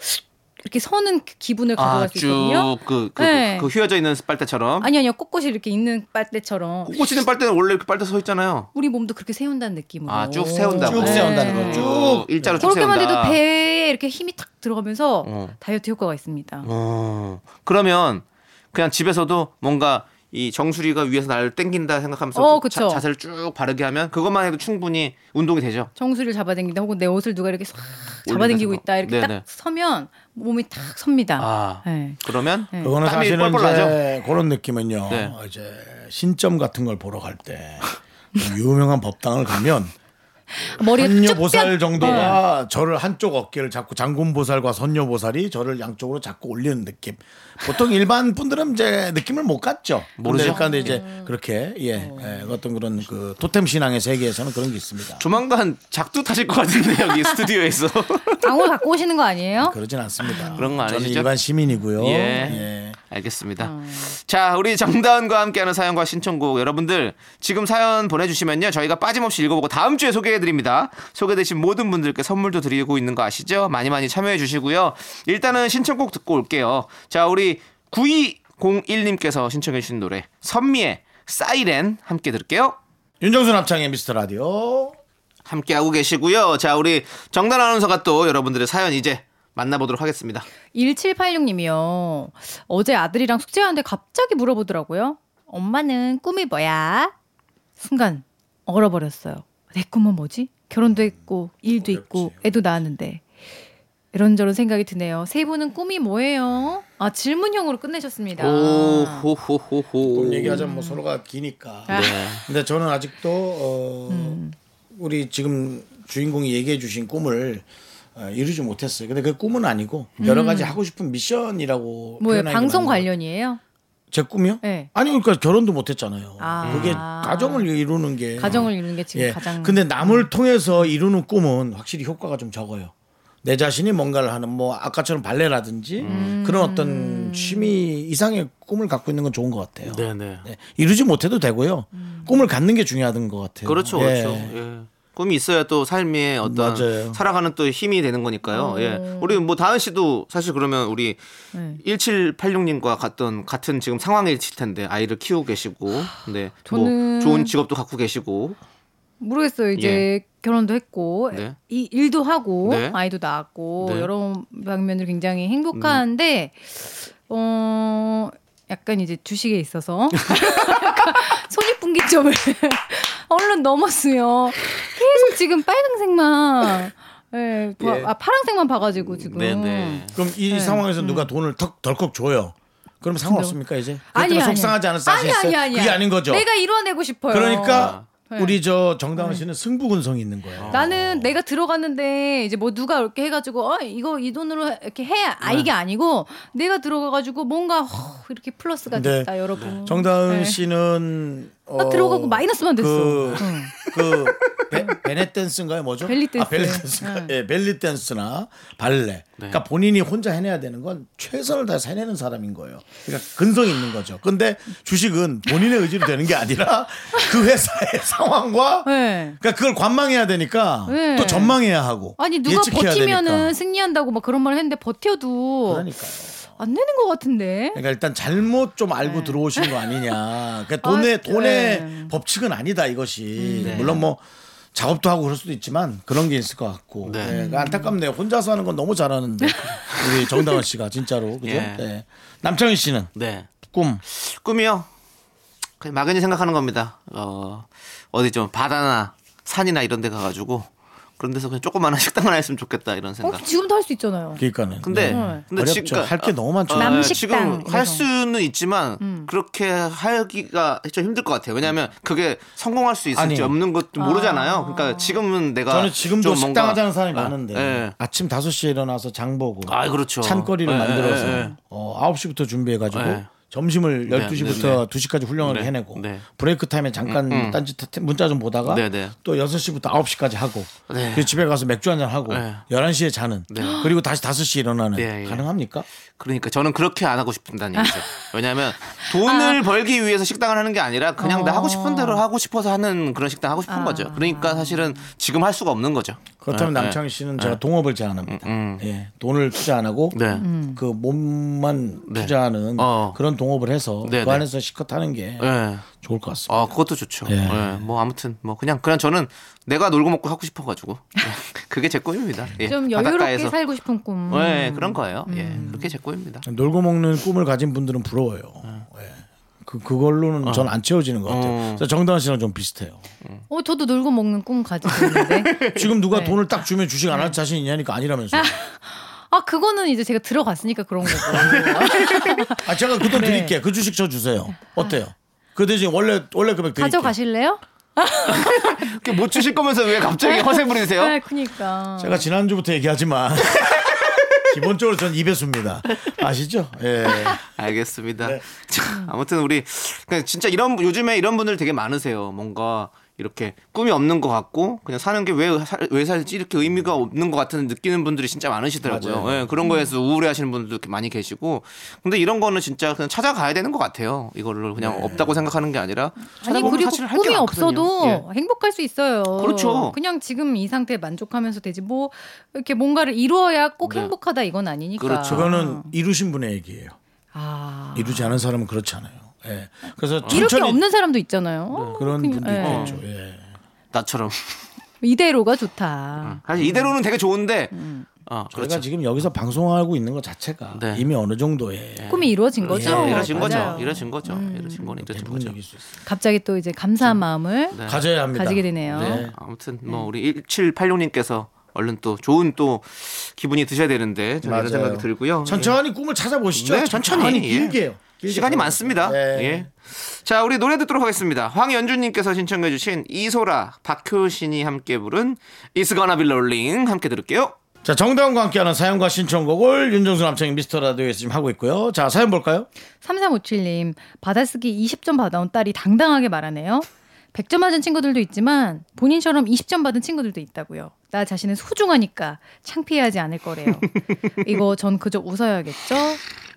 이렇게 서는 그 기분을 가져갈
아,
수 있거든요.
쭉그 그,
네.
그 휘어져 있는 빨대처럼.
아니 아니요. 꼿꼿이 이렇게 있는 빨대처럼
꼬치는 빨대는 원래 이렇게 빨대 서 있잖아요.
우리 몸도 그렇게 세운다는 느낌으로
아, 쭉 세운다.
쭉
네.
세운다는 거. 쭉
일자로 쭉 세운다.
그렇게만 해도 배에 이렇게 힘이 탁 들어가면서
어.
다이어트 효과가 있습니다.
어, 그러면 그냥 집에서도 뭔가 이 정수리가 위에서 나를 땡긴다 생각하면서
어,
그
그쵸.
자, 세를쭉 바르게 하면 그것만 해도 충분히 운동이 되죠.
정수리를 잡아당긴다 혹은 내 옷을 누가 이렇게 싹 잡아당기고
생각.
있다 이렇게
네네.
딱 서면 몸이 탁 섭니다.
아.
네.
그러면
네.
그거는
땀이
사실은
뻘뻘
이제 그런 느낌은요.
네.
이제 신점 같은 걸 보러 갈 때 유명한 법당을 가면
머리에
선녀보살 정도가 저를 한쪽 어깨를 잡고 장군보살과 선녀보살이 저를 양쪽으로 잡고 올리는 느낌. 보통 일반 분들은 이제 느낌을 못 갖죠.
모르죠.
그러니까 이제 그렇게 예, 예, 어떤 그런 그 토템 신앙의 세계에서는 그런 게 있습니다.
조만간 작두 타실 것 같은데 여기 스튜디오에서
방울 갖고 오시는 거 아니에요?
그러진 않습니다.
그런 거
저는
아니시죠?
일반 시민이고요.
예.
예.
알겠습니다. 자, 우리 정다은과 함께하는 사연과 신청곡 여러분들 지금 사연 보내주시면요 저희가 빠짐없이 읽어보고 다음 주에 소개해드립니다. 소개되신 모든 분들께 선물도 드리고 있는 거 아시죠? 많이 많이 참여해주시고요. 일단은 신청곡 듣고 올게요. 자, 우리 9201님께서 신청해주신 노래 선미의 사이렌 함께 들을게요.
윤정수 남창의 미스터 라디오.
함께하고 계시고요. 자, 우리 정단 아나운서가 또 여러분들의 사연 이제 만나보도록 하겠습니다.
1786님이요. 어제 아들이랑 숙제하는데 갑자기 물어보더라고요. 엄마는 꿈이 뭐야? 순간 얼어버렸어요. 내 꿈은 뭐지? 결혼도 했고 일도 있고 애도 낳았는데 이런저런 생각이 드네요. 세 분은 꿈이 뭐예요? 아 질문형으로 끝내셨습니다.
오호호호호.
돈 얘기하자면 뭐 서로가 기니까.
네.
근데 저는 아직도 어,
음.
우리 지금 주인공이 얘기해 주신 꿈을 어, 이루지 못했어요. 근데 그 꿈은 아니고 여러 가지 하고 싶은 미션이라고
음. 뭐예요?
표현하기보다는
방송 관련이에요?
제 꿈이요?
네.
아니 그러니까 결혼도 못했잖아요.
아.
그게 가정을 이루는 게
가정을 이루는 게 지금
예.
가장
근데 남을 통해서 이루는 꿈은 확실히 효과가 좀 적어요. 내 자신이 뭔가를 하는 뭐 아까처럼 발레라든지
음.
그런 어떤 취미 이상의 꿈을 갖고 있는 건 좋은 것 같아요.
네네.
네. 이루지 못해도 되고요.
음.
꿈을 갖는 게 중요하던 것 같아요.
그렇죠,
예.
그렇죠. 예. 꿈이 있어야 또 삶의 어떤
맞아요.
살아가는 또 힘이 되는 거니까요.
음.
예. 우리 뭐 다은 씨도 사실 그러면 우리
네.
1786님과 같던 같은 지금 상황이실 텐데 아이를 키우고 계시고, 네. 뭐
저는-
좋은 직업도 갖고 계시고,
모르겠어요. 이제 결혼도 했고
예. 네.
이 일도 하고
네.
아이도 낳았고
네.
여러 방면으로 굉장히 행복한데 어 약간 이제 주식에 있어서 약간 손익분기점을 얼른 넘었으면 계속 지금 빨간색만 예, 봐-
예.
아 파란색만 봐가지고 지금
네,
음.
네.
그럼 이 상황에서 누가 돈을 턱 덜컥 줘요. 그럼 상관없습니까 이제? 아니, 속상하지 않을 사실
아니, 아니,
있어요.
아니,
그게 아닌 거죠.
내가 이뤄내고 싶어요.
그러니까
아.
네.
우리 저 정다은 씨는 승부근성이 있는 거예요.
나는 내가 들어갔는데 이제 뭐 누가 이렇게 해가지고 어 이거 이 돈으로 이렇게 해
네.
아, 이게 아니고 내가 들어가가지고 뭔가 허, 이렇게 플러스가
네.
됐다 여러분.
정다은
네.
씨는 어,
나 들어가고 마이너스만 됐어.
그,
응.
그 베, 베네 댄스인가요, 뭐죠?
벨리 댄스.
아, 벨리 댄스인가?
응.
예, 벨리 댄스나 발레. 그러니까 본인이 혼자 해내야 되는 건 최선을 다해서 해내는 사람인 거예요. 그러니까 근성이 있는 거죠. 근데 주식은 본인의 의지로 되는 게 아니라 그 회사의 상황과
네.
그러니까 그걸 관망해야 되니까
네.
또 전망해야 하고
아니 누가
예측해야
버티면은 뭐
되니까.
승리한다고 막 그런 말을 했는데 버텨도
그러니까요.
안 되는 것 같은데. 어,
그러니까 일단 잘못 좀 알고 들어오신 거 아니냐. 그러니까 돈의
아,
돈의
네.
법칙은 아니다 이것이.
네.
물론 뭐 작업도 하고 그럴 수도 있지만 그런 게 있을 것 같고.
네.
네. 그러니까 안타깝네요. 혼자서 하는 건 너무 잘하는데 우리 정다은 씨가 진짜로 그죠?
예.
네. 남창희 씨는
네.
꿈.
꿈이요. 그냥 막연히 생각하는 겁니다. 어, 어디 좀 바다나 산이나 이런 데 가가지고 그런 데서 그냥 조그마한 식당 하나 했으면 좋겠다 이런
어,
생각.
지금도 할 수 있잖아요.
그러니까는.
근데
네.
근데
어렵죠.
지금
할게 너무 많죠.
아,
남식당 음.
지금 할
이래서.
수는 있지만 그렇게 하기가 좀 힘들 것 같아요. 왜냐하면 그게 성공할 수 있을지
아니에요.
없는 것도 모르잖아요. 그러니까 지금은 내가
저는 지금도
좀
식당
뭔가-
하자는 사람이
아,
많은데
예.
아침 5시에 일어나서 장 보고
아, 그렇죠.
찬거리를
예,
만들어서
예, 예.
어, 9시부터 준비해가지고
예.
점심을
네,
12시부터
네, 네.
2시까지 훌륭하게
네,
해내고
네. 음,
브레이크 타임에 잠깐 딴지 타- 문자 좀 보다가
네, 네.
또 6시부터 9시까지 하고
네.
그리고 집에 가서 맥주 한잔 하고
네.
11시에 자는
네.
그리고 다시 5시에 일어나는
네, 예.
가능합니까?
그러니까 저는 그렇게 안 하고 싶다는 얘기죠. 왜냐하면 돈을
아.
벌기 위해서 식당을 하는 게 아니라 그냥 나 하고 싶은 대로 하고 싶어서 하는 그런 식당 하고 싶은
아.
거죠. 그러니까 사실은 지금 할 수가 없는 거죠.
그렇다면
예, 예.
남창희 씨는 제가 동업을 제안합니다. 예, 돈을 투자 안 하고
음, 네.
음.
그 몸만
네.
투자하는
어.
그런 동업을 해서
네,
그
네.
안에서 실컷 하는 게
예.
좋을 것 같습니다.
아 그것도 좋죠. 예.
예.
뭐 아무튼 뭐 그냥 그냥 저는 내가 놀고 먹고 하고 싶어가지고 예. 그게 제 꿈입니다. 예.
좀 여유롭게
바닷가에서.
살고 음. 싶은 꿈.
예, 그런 거예요. 예, 그게 제 꿈입니다.
놀고 먹는 꿈을 가진 분들은 부러워요. 예. 그 그걸로는 전 안 채워지는 것 같아요. 그래서 정다은 씨랑 좀 비슷해요.
어 저도 놀고 먹는 꿈 가지고 있는데.
지금 누가
네.
돈을 딱 주면 주식 안 할 자신 있냐니까 아니라면서.
아 그거는 이제 제가 들어갔으니까 그런
그러니까.
거고.
아 제가 그 돈
네.
드릴게. 그 주식 저 주세요. 어때요? 그 대신 원래 원래 금액 드릴게.
가져가실래요?
그게 못 주실 거면서 왜 갑자기 허세 부리세요?
네, 그니까.
제가 지난주부터 얘기하지만 기본적으로 전 이배수입니다. 아시죠? 예.
알겠습니다. 자, 아무튼 우리 그냥 진짜 이런 요즘에 이런 분들 되게 많으세요. 뭔가 이렇게 꿈이 없는 것 같고 그냥 사는 게 왜 왜 살지 이렇게 의미가 없는 것 같은 느끼는 분들이 진짜 많으시더라고요. 예, 그런 거에서 우울해하시는 분들도 이렇게 많이 계시고 근데 이런 거는 진짜 그냥 찾아가야 되는 것 같아요. 이거를 그냥 없다고 생각하는 게 아니라
아니
네. 찾아보면
그리고
사실 할게
꿈이
많거든요.
없어도
예.
행복할 수 있어요.
그렇죠.
그냥 지금 이 상태에 만족하면서 되지 뭐 이렇게 뭔가를 이루어야 꼭
네.
행복하다 이건 아니니까.
그렇죠.
저거는 이루신 분의 얘기예요.
아
이루지 않은 사람은 그렇지 않아요. 예. 그래서
이럴 게
천천히 네.
없는 사람도 있잖아요. 어,
그런
그냥-
분도
예.
있겠죠. 예.
나처럼
이대로가 좋다.
사실 이대로는 되게 좋은데
음.
어
저희가
그렇죠.
그러니까 지금 여기서 방송하고 있는 것 자체가
네.
이미 어느 정도의
꿈이 이루어진
예,
거죠.
이러신 거죠.
맞아요. 음.
이러신 거죠. 이러신 거는 이러신
대부분
거죠.
얘기일 수 있어요.
갑자기 또 이제 감사한 마음을
그렇죠, 네.
가져야 합니다.
가지게 되네요.
네.
아무튼 뭐 우리 1786님께서 얼른 또 좋은 또 기분이 드셔야 되는데 저는 이런
맞아요.
생각이 들고요.
천천히 꿈을 찾아보시죠.
네, 천천히.
아니,
예.
길게요.
예.
길게
시간이
가요.
많습니다.
네.
예. 자, 우리 노래 듣도록 하겠습니다. 황연준님께서 신청해주신 이소라, 박효신이 함께 부른 It's Gonna Be Rolling 함께 들을게요.
자, 정다운과 함께하는 사연과 신청곡을 윤정수 남창희 미스터 라디오에서 지금 하고 있고요. 자, 사연 볼까요?
3357님, 받아쓰기 20점 받아온 딸이 당당하게 말하네요. 100점 맞은 친구들도 있지만 본인처럼 20점 받은 친구들도 있다고요. 나 자신은 소중하니까 창피해하지 않을 거래요. 이거 전 그저 웃어야겠죠?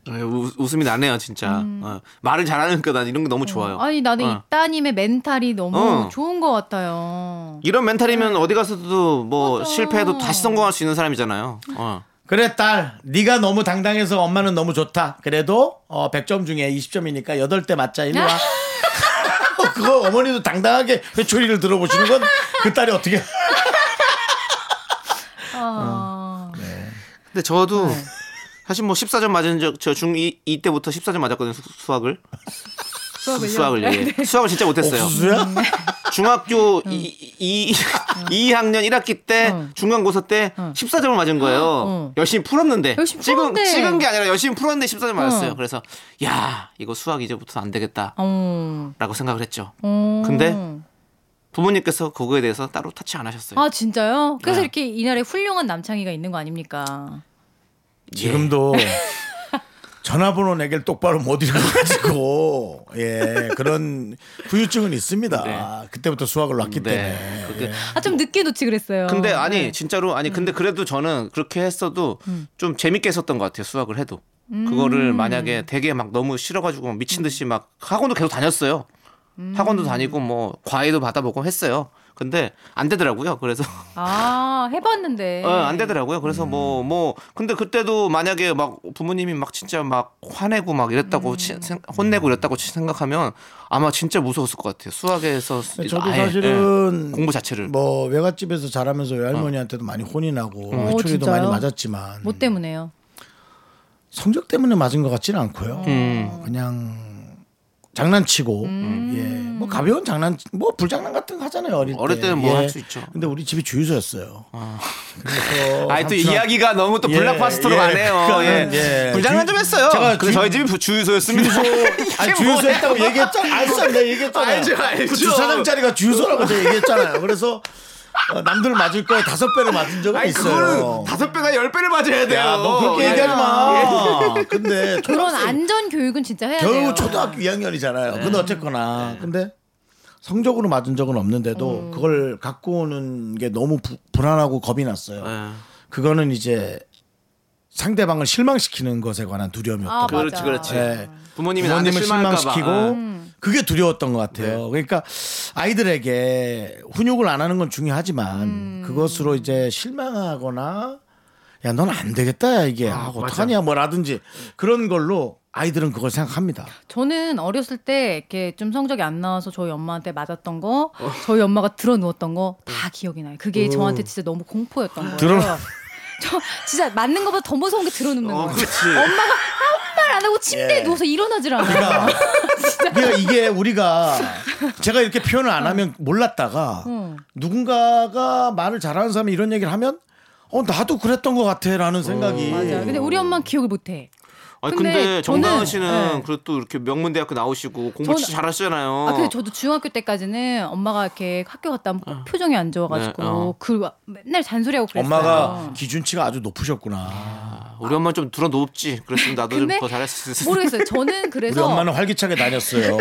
아유, 웃- 웃음이 나네요 진짜 어, 말을 잘하니까 난 이런 게 너무 좋아요
아니 나는
어.
이 따님의 멘탈이 너무
어.
좋은 것 같아요.
이런
네.
멘탈이면 어디 가서도 뭐
맞아.
실패해도 다시 성공할 수 있는 사람이잖아요 어.
그래, 딸. 네가 너무 당당해서 엄마는 너무 좋다. 그래도 어, 100점 중에 20점이니까 8대 맞자. 일로 와. 그거 어머니도 당당하게 회초리를 들어보시는 건 그 딸이 어떻게
어.
아.
근데 저도
네.
사실 뭐 14점 맞은 적저중2 때부터 14점 맞았거든요 수, 수학을
수학을요? 네.
수학을 예. 수학을 진짜 못했어요
옥수수야?
중학교 2, 2학년 1학기 때
응.
중간고사 때 14점을 맞은 거예요.
응.
열심히 풀었는데
열심히
찍은
풀었는데.
찍은 게 아니라 열심히 풀었는데 14점 맞았어요.
응.
그래서 야 이거 수학 이제부터 안 되겠다라고
어.
생각을 했죠.
어.
근데 부모님께서 그거에 대해서 따로 터치 안 하셨어요.
아 진짜요? 그래서
네.
이렇게 이 나라에 훌륭한 남창이가 있는 거 아닙니까?
예.
지금도 전화번호 내길 똑바로 못 읽어가지고 예 그런 후유증은 있습니다. 아,
네.
그때부터 수학을 놨기 때문에 예.
네. 그게-
아 좀 늦게 놓지 그랬어요.
근데 아니 진짜로 아니 근데 그래도 저는 그렇게 했어도 좀 재밌게 했었던 것 같아요 수학을 해도 그거를 만약에 되게 막 너무 싫어가지고 미친 듯이 막 학원도 계속 다녔어요 학원도 다니고 뭐 과외도 받아보고 했어요 근데 안 되더라고요 그래서
아 해봤는데.
어, 안 되더라고요 그래서 뭐
음.
뭐 근데 그때도 만약에 막 부모님이 막 진짜 막 화내고 막 이랬다고 치- 생- 혼내고 이랬다고 치- 생각하면 아마 진짜 무서웠을 것 같아요 수학에서
저도
아예,
사실은
예, 공부 자체를
뭐 외갓집에서 자라면서 외할머니한테도 많이 혼이 나고
어.
회초리도
진짜요?
많이 맞았지만
뭐 때문에요?
성적 때문에 맞은 것 같지는 않고요.
음.
그냥 장난치고 예. 뭐 가벼운 장난 뭐 불장난 같은 거 하잖아요 어릴 때. 예.
어릴 때는 뭐할수 있죠. 아.
근데 우리 집이 주유소였어요. 그래서
아이 또
어, 삼촌한테
이야기가 너무 또
예,
블락바스터로
예,
가네요. 예.
그러니까는, 예.
불장난
주-
좀 했어요.
제가
근데
주-
저희 집이 부- 주유소였습니다.
주유소 아니 주유소 뭐 했다고 얘기했잖아. 알았어, 내가 얘기했잖아.
알죠, 알죠.
그 주차장 자리가 주유소라고 제가 얘기했잖아요. 그래서 어, 남들 맞을 거에 다섯 배를 맞은 적은
아니
있어요.
그거는 다섯 배가 열 배를 맞아야 돼요.
야, 너 그렇게
예.
얘기하지 마. 아, 근데
그런
초등학생-
안전 교육은 진짜 해야 돼요.
겨우 초등학교 2학년이잖아요. 근데 어쨌거나 근데 성적으로 맞은 적은 없는데도 그걸 갖고 오는 게 너무 부- 불안하고 겁이 났어요.
예.
그거는 이제 상대방을 실망시키는 것에 관한 두려움이었던
아,
거예요.
그렇지
맞아.
그렇지.
예.
부모님이 나한테
부모님을
실망할까 봐. 예. 네.
실망시키고 그게 두려웠던 것 같아요. 그러니까 아이들에게 훈육을 안 하는 건 중요하지만
음.
그것으로 이제 실망하거나 야 넌 안 되겠다 야, 이게 아, 어떡하냐 뭐라든지 그런 걸로 아이들은 그걸 생각합니다.
저는 어렸을 때 이렇게 좀 성적이 안 나와서 저희 엄마한테 맞았던 거, 저희 엄마가 들어 누웠던 거 다 기억이 나요.
어.
그게 저한테 진짜 너무 공포였던 거예요.
들어-
저 진짜 맞는 것보다 더 무서운 게 들어 눕는
어,
거예요.
그렇지.
엄마가 아무 말 안 하고 침대에
예.
누워서 일어나질 않아요.
그러니까, 그러니까 이게 우리가 제가 이렇게 표현을 안 하면 몰랐다가 누군가가 말을 잘하는 사람이 이런 얘기를 하면 어 나도 그랬던 것 같아라는 생각이
음. 맞아요. 근데 우리 엄마는 기억을 못해.
아니 근데,
근데
정다은
저는-
씨는
네.
그래도 또 이렇게 명문대학교 나오시고 공부
저는-
진짜 잘하시잖아요.
어.
아, 근데 저도 중학교 때까지는 엄마가 이렇게 학교 갔다 오면
어.
꼭 표정이 안 좋아가지고
네, 어.
그 맨날 잔소리하고 그랬어요.
엄마가 기준치가 아주 높으셨구나.
아, 우리 엄마 좀 들어 높지. 그랬으면 나도 좀
근데
더 잘했을 텐데.
모르겠어요. 저는
우리
그래서
엄마는 활기차게 다녔어요.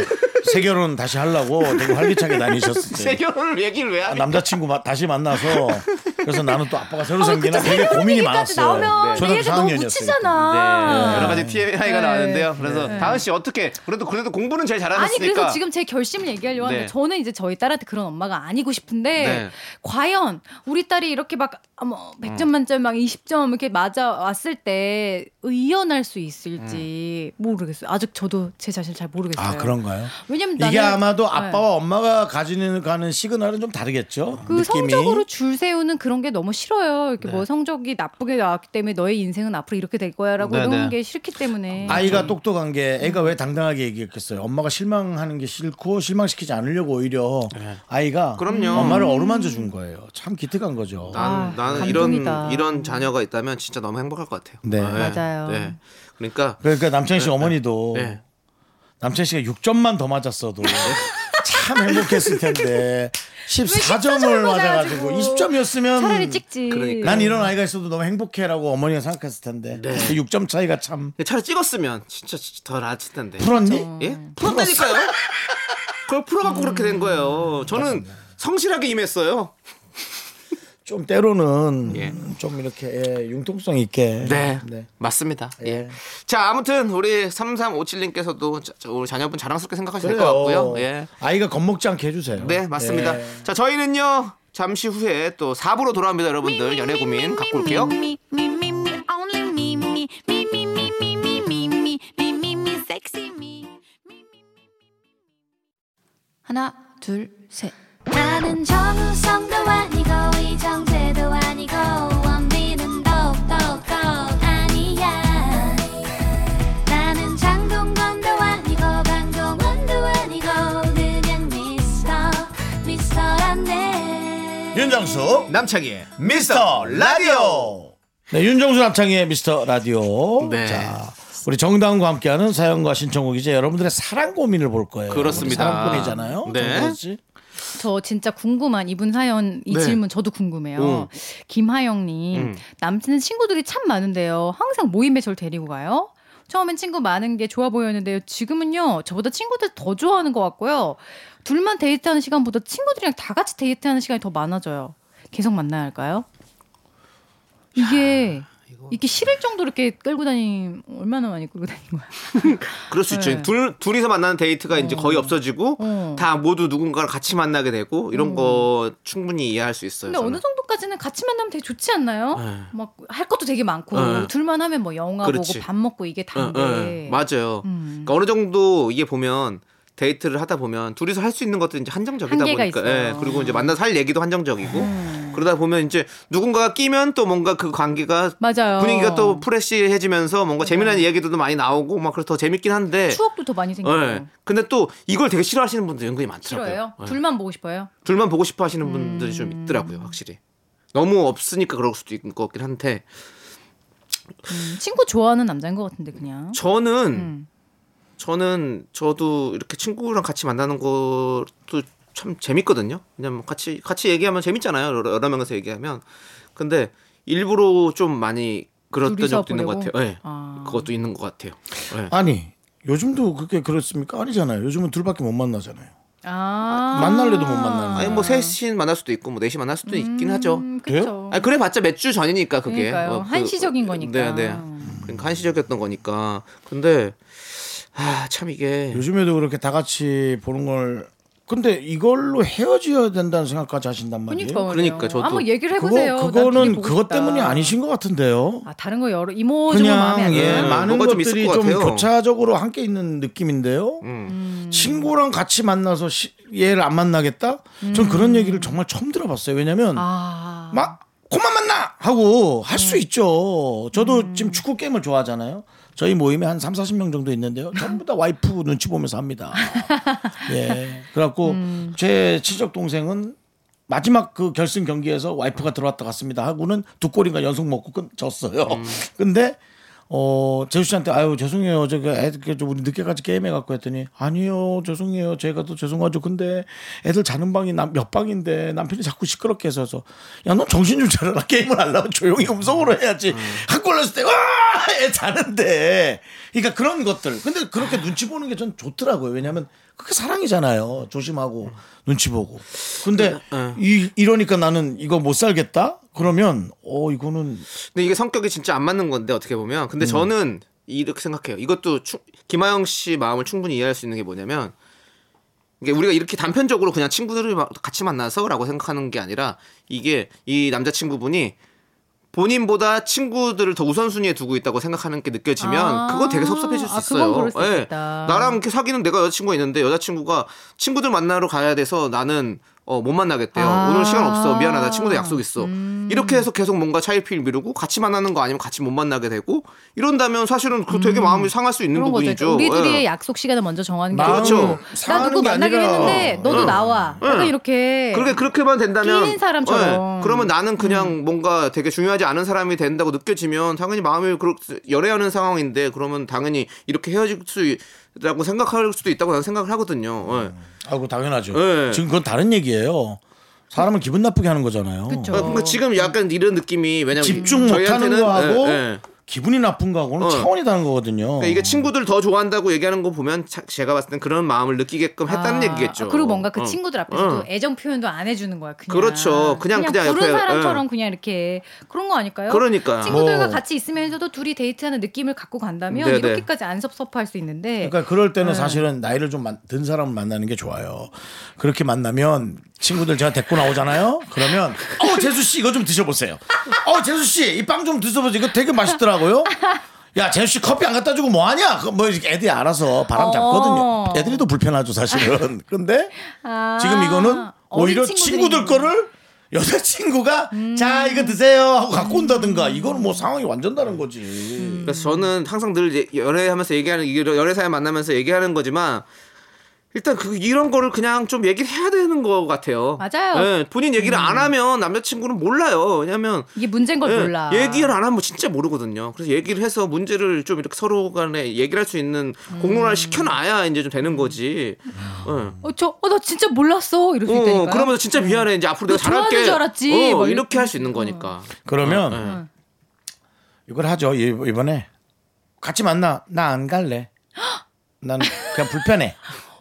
세 결혼 다시 하려고 되게 활기차게 다니셨을 때
세결을 얘기를 왜 하냐?
남자친구 마- 다시 만나서 그래서 나는 또 아빠가 새로
아,
생기나
그쵸.
되게
새로운
고민이
얘기까지
많았어요. 네.
나오면
초등학교
내 얘기가 너무
4학년이었으니까.
네,
묻히잖아.
여러 가지 TMI가
네.
나왔는데요. 그래서 다은 씨 어떻게 그래도 그래도 공부는 제일
아니
잘하셨으니까.
그래서 지금 제 결심을 얘기하려고 하는데
네.
저는 이제 저희 딸한테 그런 엄마가 아니고 싶은데
네.
과연 우리 딸이 이렇게 막 아, 뭐
음.
100점 만점 막 20점 이렇게 맞아 왔을 때 의연할 수 있을지
음.
모르겠어요. 아직 저도 제 자신을 잘 모르겠어요.
아 그런가요?
왜냐면
이게
나는-
아마도
네.
아빠와 엄마가 가지는 가는 시그널은 좀 다르겠죠.
그
느낌이.
성적으로 줄 세우는 그런 게 너무 싫어요. 이렇게
네.
뭐 성적이 나쁘게 나왔기 때문에 너의 인생은 앞으로 이렇게 될 거야라고
네,
이런
네.
게 싫기 때문에
아이가 똑똑한 게
음.
애가 왜 당당하게 얘기했겠어요. 엄마가 실망하는 게 싫고 실망시키지 않으려고 오히려 아이가
네. 그럼요.
음.
엄마를 어루만져 준 거예요. 참 기특한 거죠.
나는
아,
나는
감동이다.
이런 이런 자녀가 있다면 진짜 너무 행복할 것 같아요.
네.
맞아요.
네. 그러니까
그러니까 남창희 씨 어머니도
네.
남창희 씨가 6점만 더 맞았어도 참 행복했을 텐데 14점을
십사 점을
맞아가지고
맞아가지고.
20점이었으면
차라리 찍지.
그러니까.
난 이런 아이가 있어도 너무 행복해라고 어머니가 생각했을 텐데
네.
그 6점 차이가 참
차라리 찍었으면 진짜 진짜 더 나았을 텐데.
풀었니?
예? 풀었다니까요. 그걸 풀어갖고 그렇게 된 거예요. 저는 성실하게 임했어요.
좀 때로는
예.
좀 이렇게 예, 융통성 있게
네. 맞습니다. 예.
예.
자, 아무튼 우리 3357님께서도 자, 자, 우리 자녀분 자랑스럽게 생각하셔도 될
그래요.
것 같고요. 예.
아이가 겁먹지 않게 해주세요.
네, 맞습니다.
예.
자, 저희는요. 잠시 후에 또 4부로 돌아옵니다, 여러분들. 연애 고민 갖고 올게요.
Me, me, me, me, only me, me, me, me, me, me, me, me, me, me, me, me, sexy me.
하나, 둘, 셋.
나는 정우성도 아니고 이정재도 아니고 원빈은 더욱더 아니야 나는 장동건도 아니고 강동원도 아니고 그냥 미스터 미스터란데
윤정수
남창희의
미스터 라디오. 네, 윤정수 남창희의 미스터 라디오.
네.
자, 우리 정다운과 함께하는 사연과 신청곡 이제 여러분들의 사랑 고민을 볼 거예요.
그렇습니다.
우리 사랑 고민이잖아요.
네.
정다운 씨.
저 진짜 궁금한 이분 사연 이
네.
질문 저도 궁금해요.
음.
김하영님
음.
남친은 친구들이 참 많은데요. 항상 모임에 저를 데리고 가요. 처음엔 친구 많은 게 좋아 보였는데요. 지금은요 저보다 친구들 더 좋아하는 것 같고요. 둘만 데이트하는 시간보다 친구들이랑 다 같이 데이트하는 시간이 더 많아져요. 계속 만나야 할까요? 이게 이렇게 싫을 정도로 이렇게 끌고 다니 얼마나 많이 끌고 다닌 거야?
그럴 수 있죠.
네.
둘, 둘이서 만나는 데이트가 이제 거의 없어지고
어. 음.
다 모두 누군가를 같이 만나게 되고 이런 거 충분히 이해할 수 있어요.
근데
저는.
어느 정도까지는 같이 만나면 되게 좋지 않나요?
네.
막 할 것도 되게 많고
네.
둘만 하면 뭐 영화
그렇지.
보고 밥 먹고 이게
응, 응,
다인데
맞아요.
음.
그러니까 어느 정도 이게 보면 데이트를 하다 보면 둘이서 할 수 있는 것도 이제 한정적이다
한계가
보니까
있어요. 음.
예, 그리고 이제 만나서 할 얘기도 한정적이고 그러다 보면 이제 누군가가 끼면 또 뭔가 그 관계가
맞아요.
분위기가 또 프레시해지면서
네.
뭔가 재미난 이야기도 많이 나오고 막 그래서 더 재밌긴 한데
추억도 더 많이 생기고
예. 근데 또 이걸 되게 싫어하시는 분들 은근히 많더라고요.
싫어요.
예.
둘만 보고 싶어요.
둘만 보고 싶어
음.
하시는 분들이 좀 있더라고요, 확실히. 너무 없으니까 그럴 수도 있는 것 같긴 한데
음, 친구 좋아하는 남자인 것 같은데 그냥.
저는
음.
저는 저도 이렇게 친구랑 같이 만나는 것도 참 재밌거든요. 왜냐면 같이 같이 얘기하면 재밌잖아요. 여러, 여러 명에서 얘기하면. 근데 일부러 좀 많이 그랬던
둘이서
적도 있는 것
보려고?
같아요. 예.
아.
그것도 있는 것 같아요. 예.
아니, 요즘도 그렇게 그렇습니까? 아니잖아요. 요즘은 둘밖에 못 만나잖아요.
아.
만날래도 못 만나는
아니 뭐 셋이 만날 수도 있고 뭐 넷이 만날 수도 있긴 하죠.
그렇죠.
아니 그래봤자 몇 주 전이니까 그게
그러니까요. 한시적인 거니까.
네, 네. 그러니까 한시적이었던 거니까. 근데 아참 이게
요즘에도 그렇게 다 같이 보는 걸 근데 이걸로 헤어져야 된다는 생각까지 하신단 말이에요.
그러니까
그러니까 저도
한번 얘기를 해보세요.
그거
난 되게
그거는
보고
그것
싶다.
때문이 아니신 것 같은데요.
아 다른 거 여러 이모저모 마음에 안
그냥 예,
들어요.
많은
뭐가 좀 있을
것들이
것
좀
같아요. 음.
교차적으로 함께 있는 느낌인데요.
음.
친구랑 같이 만나서 시- 얘를 안 만나겠다? 전 그런 얘기를 정말 처음 들어봤어요. 왜냐면
음. 아. 음.
막 그만 만나 하고 할 수 있죠. 저도 지금 축구 게임을 좋아하잖아요. 저희 모임에 한 3, 40명 정도 있는데요. 전부 다 와이프 눈치 보면서 합니다. 예. 그래갖고 제 친척 동생은 마지막 그 결승 경기에서 와이프가 들어왔다 갔습니다 하고는 두 골인가 연속 먹고 끝, 졌어요. 근데 어 재수 씨한테 아유 죄송해요 저기 그 애들 좀 우리 늦게까지 게임해 갖고 했더니 아니요 죄송해요 제가 또 죄송하죠 근데 애들 자는 방이 남- 몇 방인데 남편이 자꾸 시끄럽게 해서 야넌 정신 좀 차려라 게임을 하려면 조용히 음성으로 해야지 한골 넣었을 때와애 자는데 그러니까 그런 것들 근데 그렇게 눈치 보는 게 전 좋더라고요 왜냐하면 그게 사랑이잖아요 조심하고 눈치 보고 근데
음, 네.
이, 이러니까 나는 이거 못 살겠다 그러면 어 이거는
근데 이게 성격이 진짜 안 맞는 건데 어떻게 보면
음.
근데 저는 이렇게 생각해요. 이것도 충- 김하영 씨 마음을 충분히 이해할 수 있는 게 뭐냐면 이게 우리가 이렇게 단편적으로 그냥 친구들을 막 같이 만나서라고 생각하는 게 아니라 이게 이 남자친구분이 본인보다 친구들을 더 우선순위에 두고 있다고 생각하는 게 느껴지면
아,
그거 되게 섭섭해질 수
아,
있어요.
그건 그럴 수
예.
있겠다.
나랑 이렇게 사귀는 내가 여자친구가 있는데 여자친구가 친구들 만나러 가야 돼서 나는 어, 못 만나겠대요.
아.
오늘 시간 없어. 미안하다. 친구들 약속 있어.
음.
이렇게 해서 계속 뭔가 차일피일 미루고 같이 만나는 거 아니면 같이 못 만나게 되고 이런다면 사실은 그 되게 마음이 상할 수 있는
그런 거죠.
부분이죠.
그러니까 우리들이
예.
약속 시간을 먼저 정하는 게
마음
그렇죠.
아니고 나
상하는
누구
게
만나기로
아니라.
했는데 너도
응.
나와. 약간
응.
이렇게.
어. 예. 그렇게 그렇게만 된다면
끼인 사람처럼. 음.
예. 그러면 나는 그냥 뭔가 되게 중요하지 않은 사람이 된다고 느껴지면 당연히 마음이 그렇 열애하는 상황인데 그러면 당연히 이렇게 헤어질 수 라고 생각할 수도 있다고 나는 생각을 하거든요. 예.
음.
아이고 당연하죠.
네.
지금 그건 다른 얘기예요. 사람을 기분 나쁘게 하는 거잖아요.
그쵸.
아, 그러니까 지금 약간 이런 느낌이 왜냐면
집중 못하는
저희한테는-
거하고
예, 예.
기분이 나쁜 거하고는
어.
차원이 다른 거거든요.
그러니까 이게 친구들 더 좋아한다고 얘기하는 거 보면 차- 제가 봤을 땐 그런 마음을 느끼게끔 했다는
아,
얘기겠죠.
그리고 뭔가 그
어.
친구들 앞에서도
어.
애정 표현도 안 해주는 거야. 그냥.
그렇죠. 그냥- 그냥
부른
옆에, 예.
사람처럼 그냥 이렇게 그런 거 아닐까요?
그러니까.
친구들과
뭐.
같이 있으면서도 둘이 데이트하는 느낌을 갖고 간다면
네네.
이렇게까지 안 섭섭할 수 있는데
그러니까 그럴 때는
네.
사실은 나이를 좀 든 사람을 만나는 게 좋아요. 그렇게 만나면 친구들 제가 데리고 나오잖아요. 그러면 어 재수 씨 이거 좀 드셔보세요. 어 재수 씨 이 빵 좀 드셔보세요. 이거 되게 맛있더라고요. 야 재수 씨 커피 안 갖다 주고 뭐 하냐? 그거 뭐 이렇게 애들이 알아서 바람 잡거든요.
어.
애들이 더 불편하죠 사실은. 근데
아,
지금 이거는
어린
오히려
친구들이 음.
친구들 거를 여자친구가 자 이거 드세요 하고 갖고 온다든가 이거는 뭐 상황이 완전 다른 거지.
음.
그래서 저는 항상 늘 이제 연애하면서 얘기하는 이게 연애사에 만나면서 얘기하는 거지만 일단 그 이런 거를 그냥 좀 얘기를 해야 되는 거 같아요.
맞아요.
예, 본인 얘기를 안 하면 남자친구는 몰라요. 왜냐면
이게 문제인 걸
예,
몰라.
얘기를 안 하면 진짜 모르거든요. 그래서 얘기를 해서 문제를 좀 이렇게 서로 간에 얘기를 할 수 있는
음.
공론화를 시켜놔야 이제 좀 되는 거지. 예.
어, 저, 어, 나 진짜 몰랐어. 이럴 수 있다니까.
어, 그러면서 진짜 미안해. 이제 앞으로
너
내가 잘할게.
좋아하는 줄 알았지.
어,
막
이렇게
이렇게
할 수 있는 거니까.
그러면
어, 예.
이걸 하죠. 이- 이번에 같이 만나. 나 안 갈래. 난 그냥 불편해.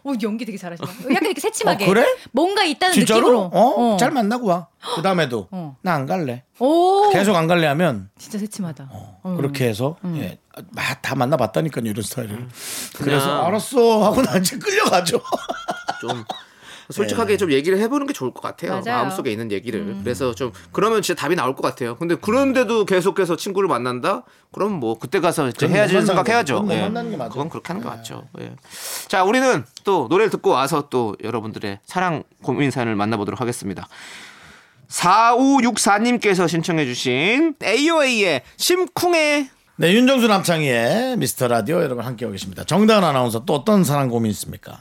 어, 연기 되게 잘하시네. 약간 이렇게 새침하게.
어, 그래?
뭔가 있다는
진짜로?
느낌으로.
어? 잘 만나고 와. 그 다음에도
어.
나 안 갈래.
오,
계속 어. 안 갈래 하면
진짜 새침하다. 음. 음.
그렇게 해서 예, 마- 다 만나봤다니까요 이런 스타일을. 그래서 알았어 하고 나 이제 끌려가죠.
좀 솔직하게 좀 얘기를 해보는 게 좋을 것 같아요.
네. 맞아요.
마음속에 있는 얘기를. 그래서 좀 그러면 진짜 답이 나올 것 같아요. 근데 그런데도 계속해서 친구를 만난다? 그럼 뭐 그때 가서 이제
그건 못
헤어질
만나는
생각해야죠. 예.
거죠. 그건 못 만나는 게 맞아요.
그건 그렇게 하는 게 맞죠. 예. 자, 우리는 또 노래를 듣고 와서 또 여러분들의 사랑 고민 사연을 만나보도록 하겠습니다. 4564님께서 신청해주신 AOA의 심쿵의
네 윤정수 남창희의 미스터 라디오 여러분 함께하고 계십니다. 정다은 아나운서 또 어떤 사랑 고민 있습니까?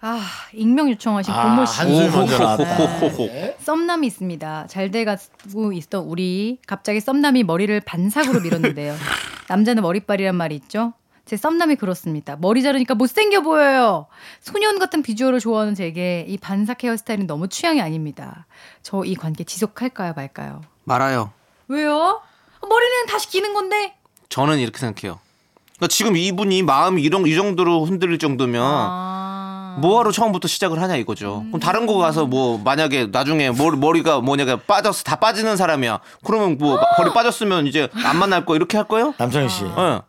아, 익명 요청하신
아,
고모 씨.
한숨이 먼저 나왔다.
호호호호.
썸남이 있습니다. 잘 돼가고 있던 우리 갑자기 썸남이 머리를 반삭으로 밀었는데요. 남자는 머리빨이란 말이 있죠. 제 썸남이 그렇습니다. 머리 자르니까 못생겨 보여요. 소년 같은 비주얼을 좋아하는 제게 이 반삭 헤어스타일은 너무 취향이 아닙니다. 저 이 관계 지속할까요 말까요?
말아요.
왜요? 머리는 다시 기는 건데.
저는 이렇게 생각해요. 그러니까 지금 이분이 마음이 이런 이 정도로 흔들릴 정도면
아,
뭐하러 처음부터 시작을 하냐 이거죠. 그럼 다른 거 가서 뭐 만약에 나중에 머리, 머리가 뭐냐가 빠졌어 다 빠지는 사람이야. 그러면 뭐 머리 빠졌으면 이제 안 만날 거 이렇게 할 거예요?
남창희 씨
예.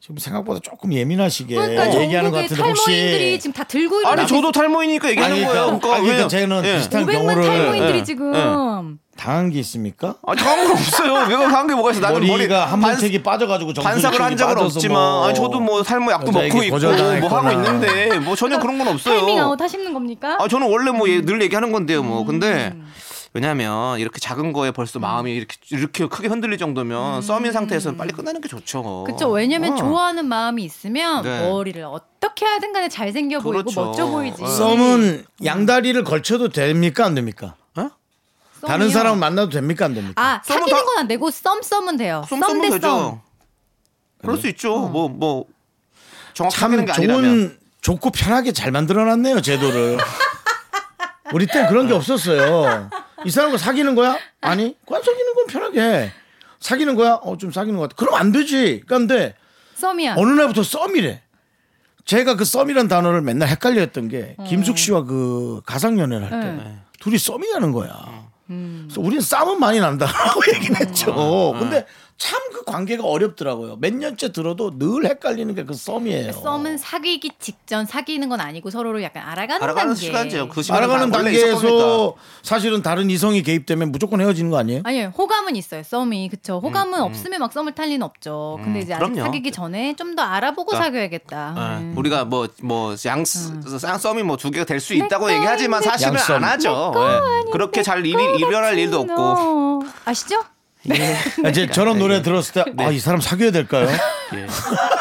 지금 생각보다 조금 예민하시게
아. 그러니까
얘기하는 것
전국의
같은데 혹시
탈모인들이 지금 다 들고 있는
아니 저도 탈모이니까 얘기하는
아니,
거예요.
그러니까- 아니, 그러니까
왜냐면-
저는 비슷한
500만
경우를-
탈모인들이
예,
지금
당한 게 있습니까?
아니 당황은 없어요. 내가 당한 게 뭐가 있어? 나는 머리
머리가 한
반-
번책이 빠져가지고
반삭을 한 적은 없지만 아니 저도 뭐 탈모 약도
여자에게
먹고 있고
거절당했거나.
뭐 하고 있는데 뭐 전혀 그런 건 없어요.
타이밍 아웃 하시는 겁니까?
아 저는 원래 뭐
음.
늘 얘기하는 건데요 뭐 근데 왜냐하면 이렇게 작은 거에 벌써 마음이 이렇게 이렇게 크게 흔들릴 정도면 썸인 상태에서 빨리 끝내는 게 좋죠.
음. 그렇죠. 왜냐면
어.
좋아하는 마음이 있으면
네.
머리를 어떻게 하든 간에 잘생겨 보이고
그렇죠.
멋져 보이지.
어.
썸은 양다리를 걸쳐도 됩니까 안 됩니까?
썸이요.
다른 사람 만나도 됩니까 안 됩니까?
아
썸은
사귀는
다-
건 안 되고 썸 썸은 돼요.
아, 썸 썸은
썸대
되죠.
썸.
그럴 수 있죠.
어.
뭐 뭐
참
정확하게 는게 아니라면
좋은 좋고 편하게 잘 만들어놨네요 제도를. 우리 땐 그런 게 없었어요. 이 사람과 사귀는 거야? 아니, 그냥 사귀는 건 편하게 해. 사귀는 거야? 어, 좀 사귀는 것 같아. 그럼 안 되지. 그러니까 그런데
썸이야.
어느 날부터 썸이래. 제가 그 썸이란 단어를 맨날 헷갈려 했던 게 김숙 씨와 그 가상 연애를 할 때 둘이 썸이라는 거야. 그래서 우리는 싸움은 많이 난다라고 얘기를
어.
했죠. 근데 참 그 관계가 어렵더라고요. 몇 년째 들어도 늘 헷갈리는 게 그 썸이에요.
썸은 사귀기 직전 사귀는 건 아니고 서로를 약간 알아가는,
알아가는
단계. 음.
시간이죠. 그 시간은
알아가는
다 원래 있었던 거니까.
단계에서 사실은 다른 이성이 개입되면 무조건 헤어지는 거 아니에요?
아니요 호감은 있어요 썸이 그쵸 호감은 없으면 막 썸을 탈 리는 없죠 근데 이제 아직
음, 그럼요.
사귀기 전에 좀 더 알아보고 사귀어야겠다 음.
예. 우리가 뭐 뭐양 쌍썸이 뭐 두 개가 될 수 있다고 얘기하지만 사실은
양썸.
안 하죠. 예. 그렇게 잘 일이 이별할 일도 없고
어, 아시죠?
네. 이제
네.
저런 노래 들었을 때, 아, 이 사람 사귀어야 될까요?
예.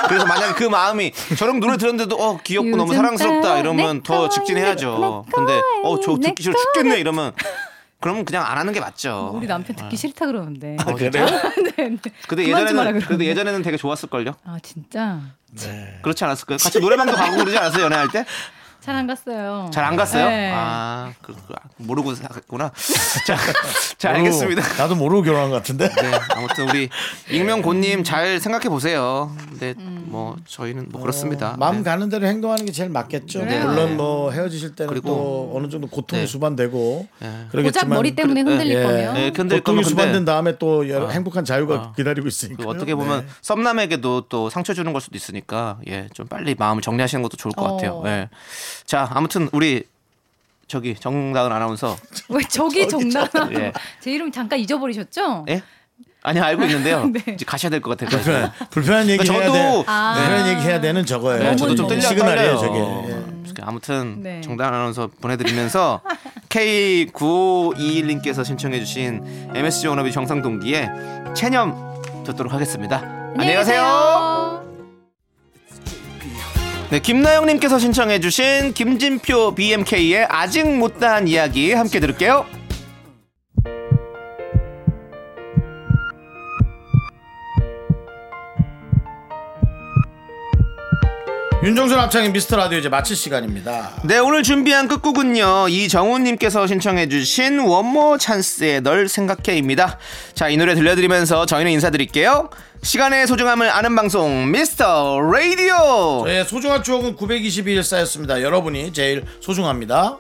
그래서 만약에 그 마음이 저런 노래 들었는데도 어 귀엽고 너무
요즘
사랑스럽다
따라
이러면
내
더
거에
직진해야죠.
내
근데
거에
어 저 듣기 싫어
내 거에
죽겠네 이러면 그러면 그냥 안 하는 게 맞죠.
뭐
어, 그렇죠?
우리 남편 듣기 싫다 그러는데.
아, 그래요?
네, 네.
아, 네. 근데
그만 좀 하라
예전에는
그러는데. 네.
근데 예전에는 되게 좋았을걸요.
아 진짜
그렇지 않았을까요? 같이 노래방도 가고 그러지 않았어요 연애할 때?
잘 안 갔어요.
잘 안 갔어요?
네.
아, 그, 그, 아, 모르고 갔구나. 자, 자 알겠습니다.
모르고, 어, 나도 모르고 결혼한 것 같은데.
네, 아무튼 우리 익명고님 잘 생각해 보세요. 근데
음.
뭐 저희는
어,
뭐 그렇습니다.
어, 마음
네.
가는 대로 행동하는 게 제일 맞겠죠.
그래요.
물론 뭐 헤어지실 때는
그리고-
또 어느 정도 고통이
네.
수반되고
고작
그러겠지만
머리 때문에 흔들릴
예.
거면
네, 근데
고통이
그건 근데-
수반된 다음에 또 여러- 행복한 자유가
아.
기다리고 네. 있으니까
그리고 어떻게 보면 썸남에게도 또 상처 주는 걸 수도 있으니까 예, 좀 빨리 마음을 정리하시는 것도 좋을 것
어.
같아요. 예. 자, 아무튼 우리 저기 정다은 아나운서
왜 저기 정답?
예.
제 이름 잠깐 잊어버리셨죠?
예? 아니 알고 있는데요.
네.
이제 가셔야 될 것 같아요. 그러니까
불편한, 불편한 얘기 해야
저도-
돼.
아.
불편한 얘기 해야 되는 저거예요.
네, 저도 좀
너무
떨려
시그널이에요,
떨려요.
저게. 예.
음. 아무튼
네.
정답 아나운서 보내드리면서 K9521님께서 신청해주신 MSG 워너비 정상동기의 체념 듣도록 하겠습니다. 안녕히 가세요. 네, 김나영님께서 신청해주신 김진표 BMK의 아직 못다한 이야기 함께 들을게요.
윤종수 합창인 미스터 라디오 이제 마칠 시간입니다.
네, 오늘 준비한 끝곡은요. 이정훈님께서 신청해주신 원모 찬스의 널 생각해입니다. 자, 이 노래 들려드리면서 저희는 인사드릴게요. 시간의 소중함을 아는 방송, 미스터 라디오!
네, 저의 소중한 추억은 922일 쌓였습니다. 여러분이 제일 소중합니다.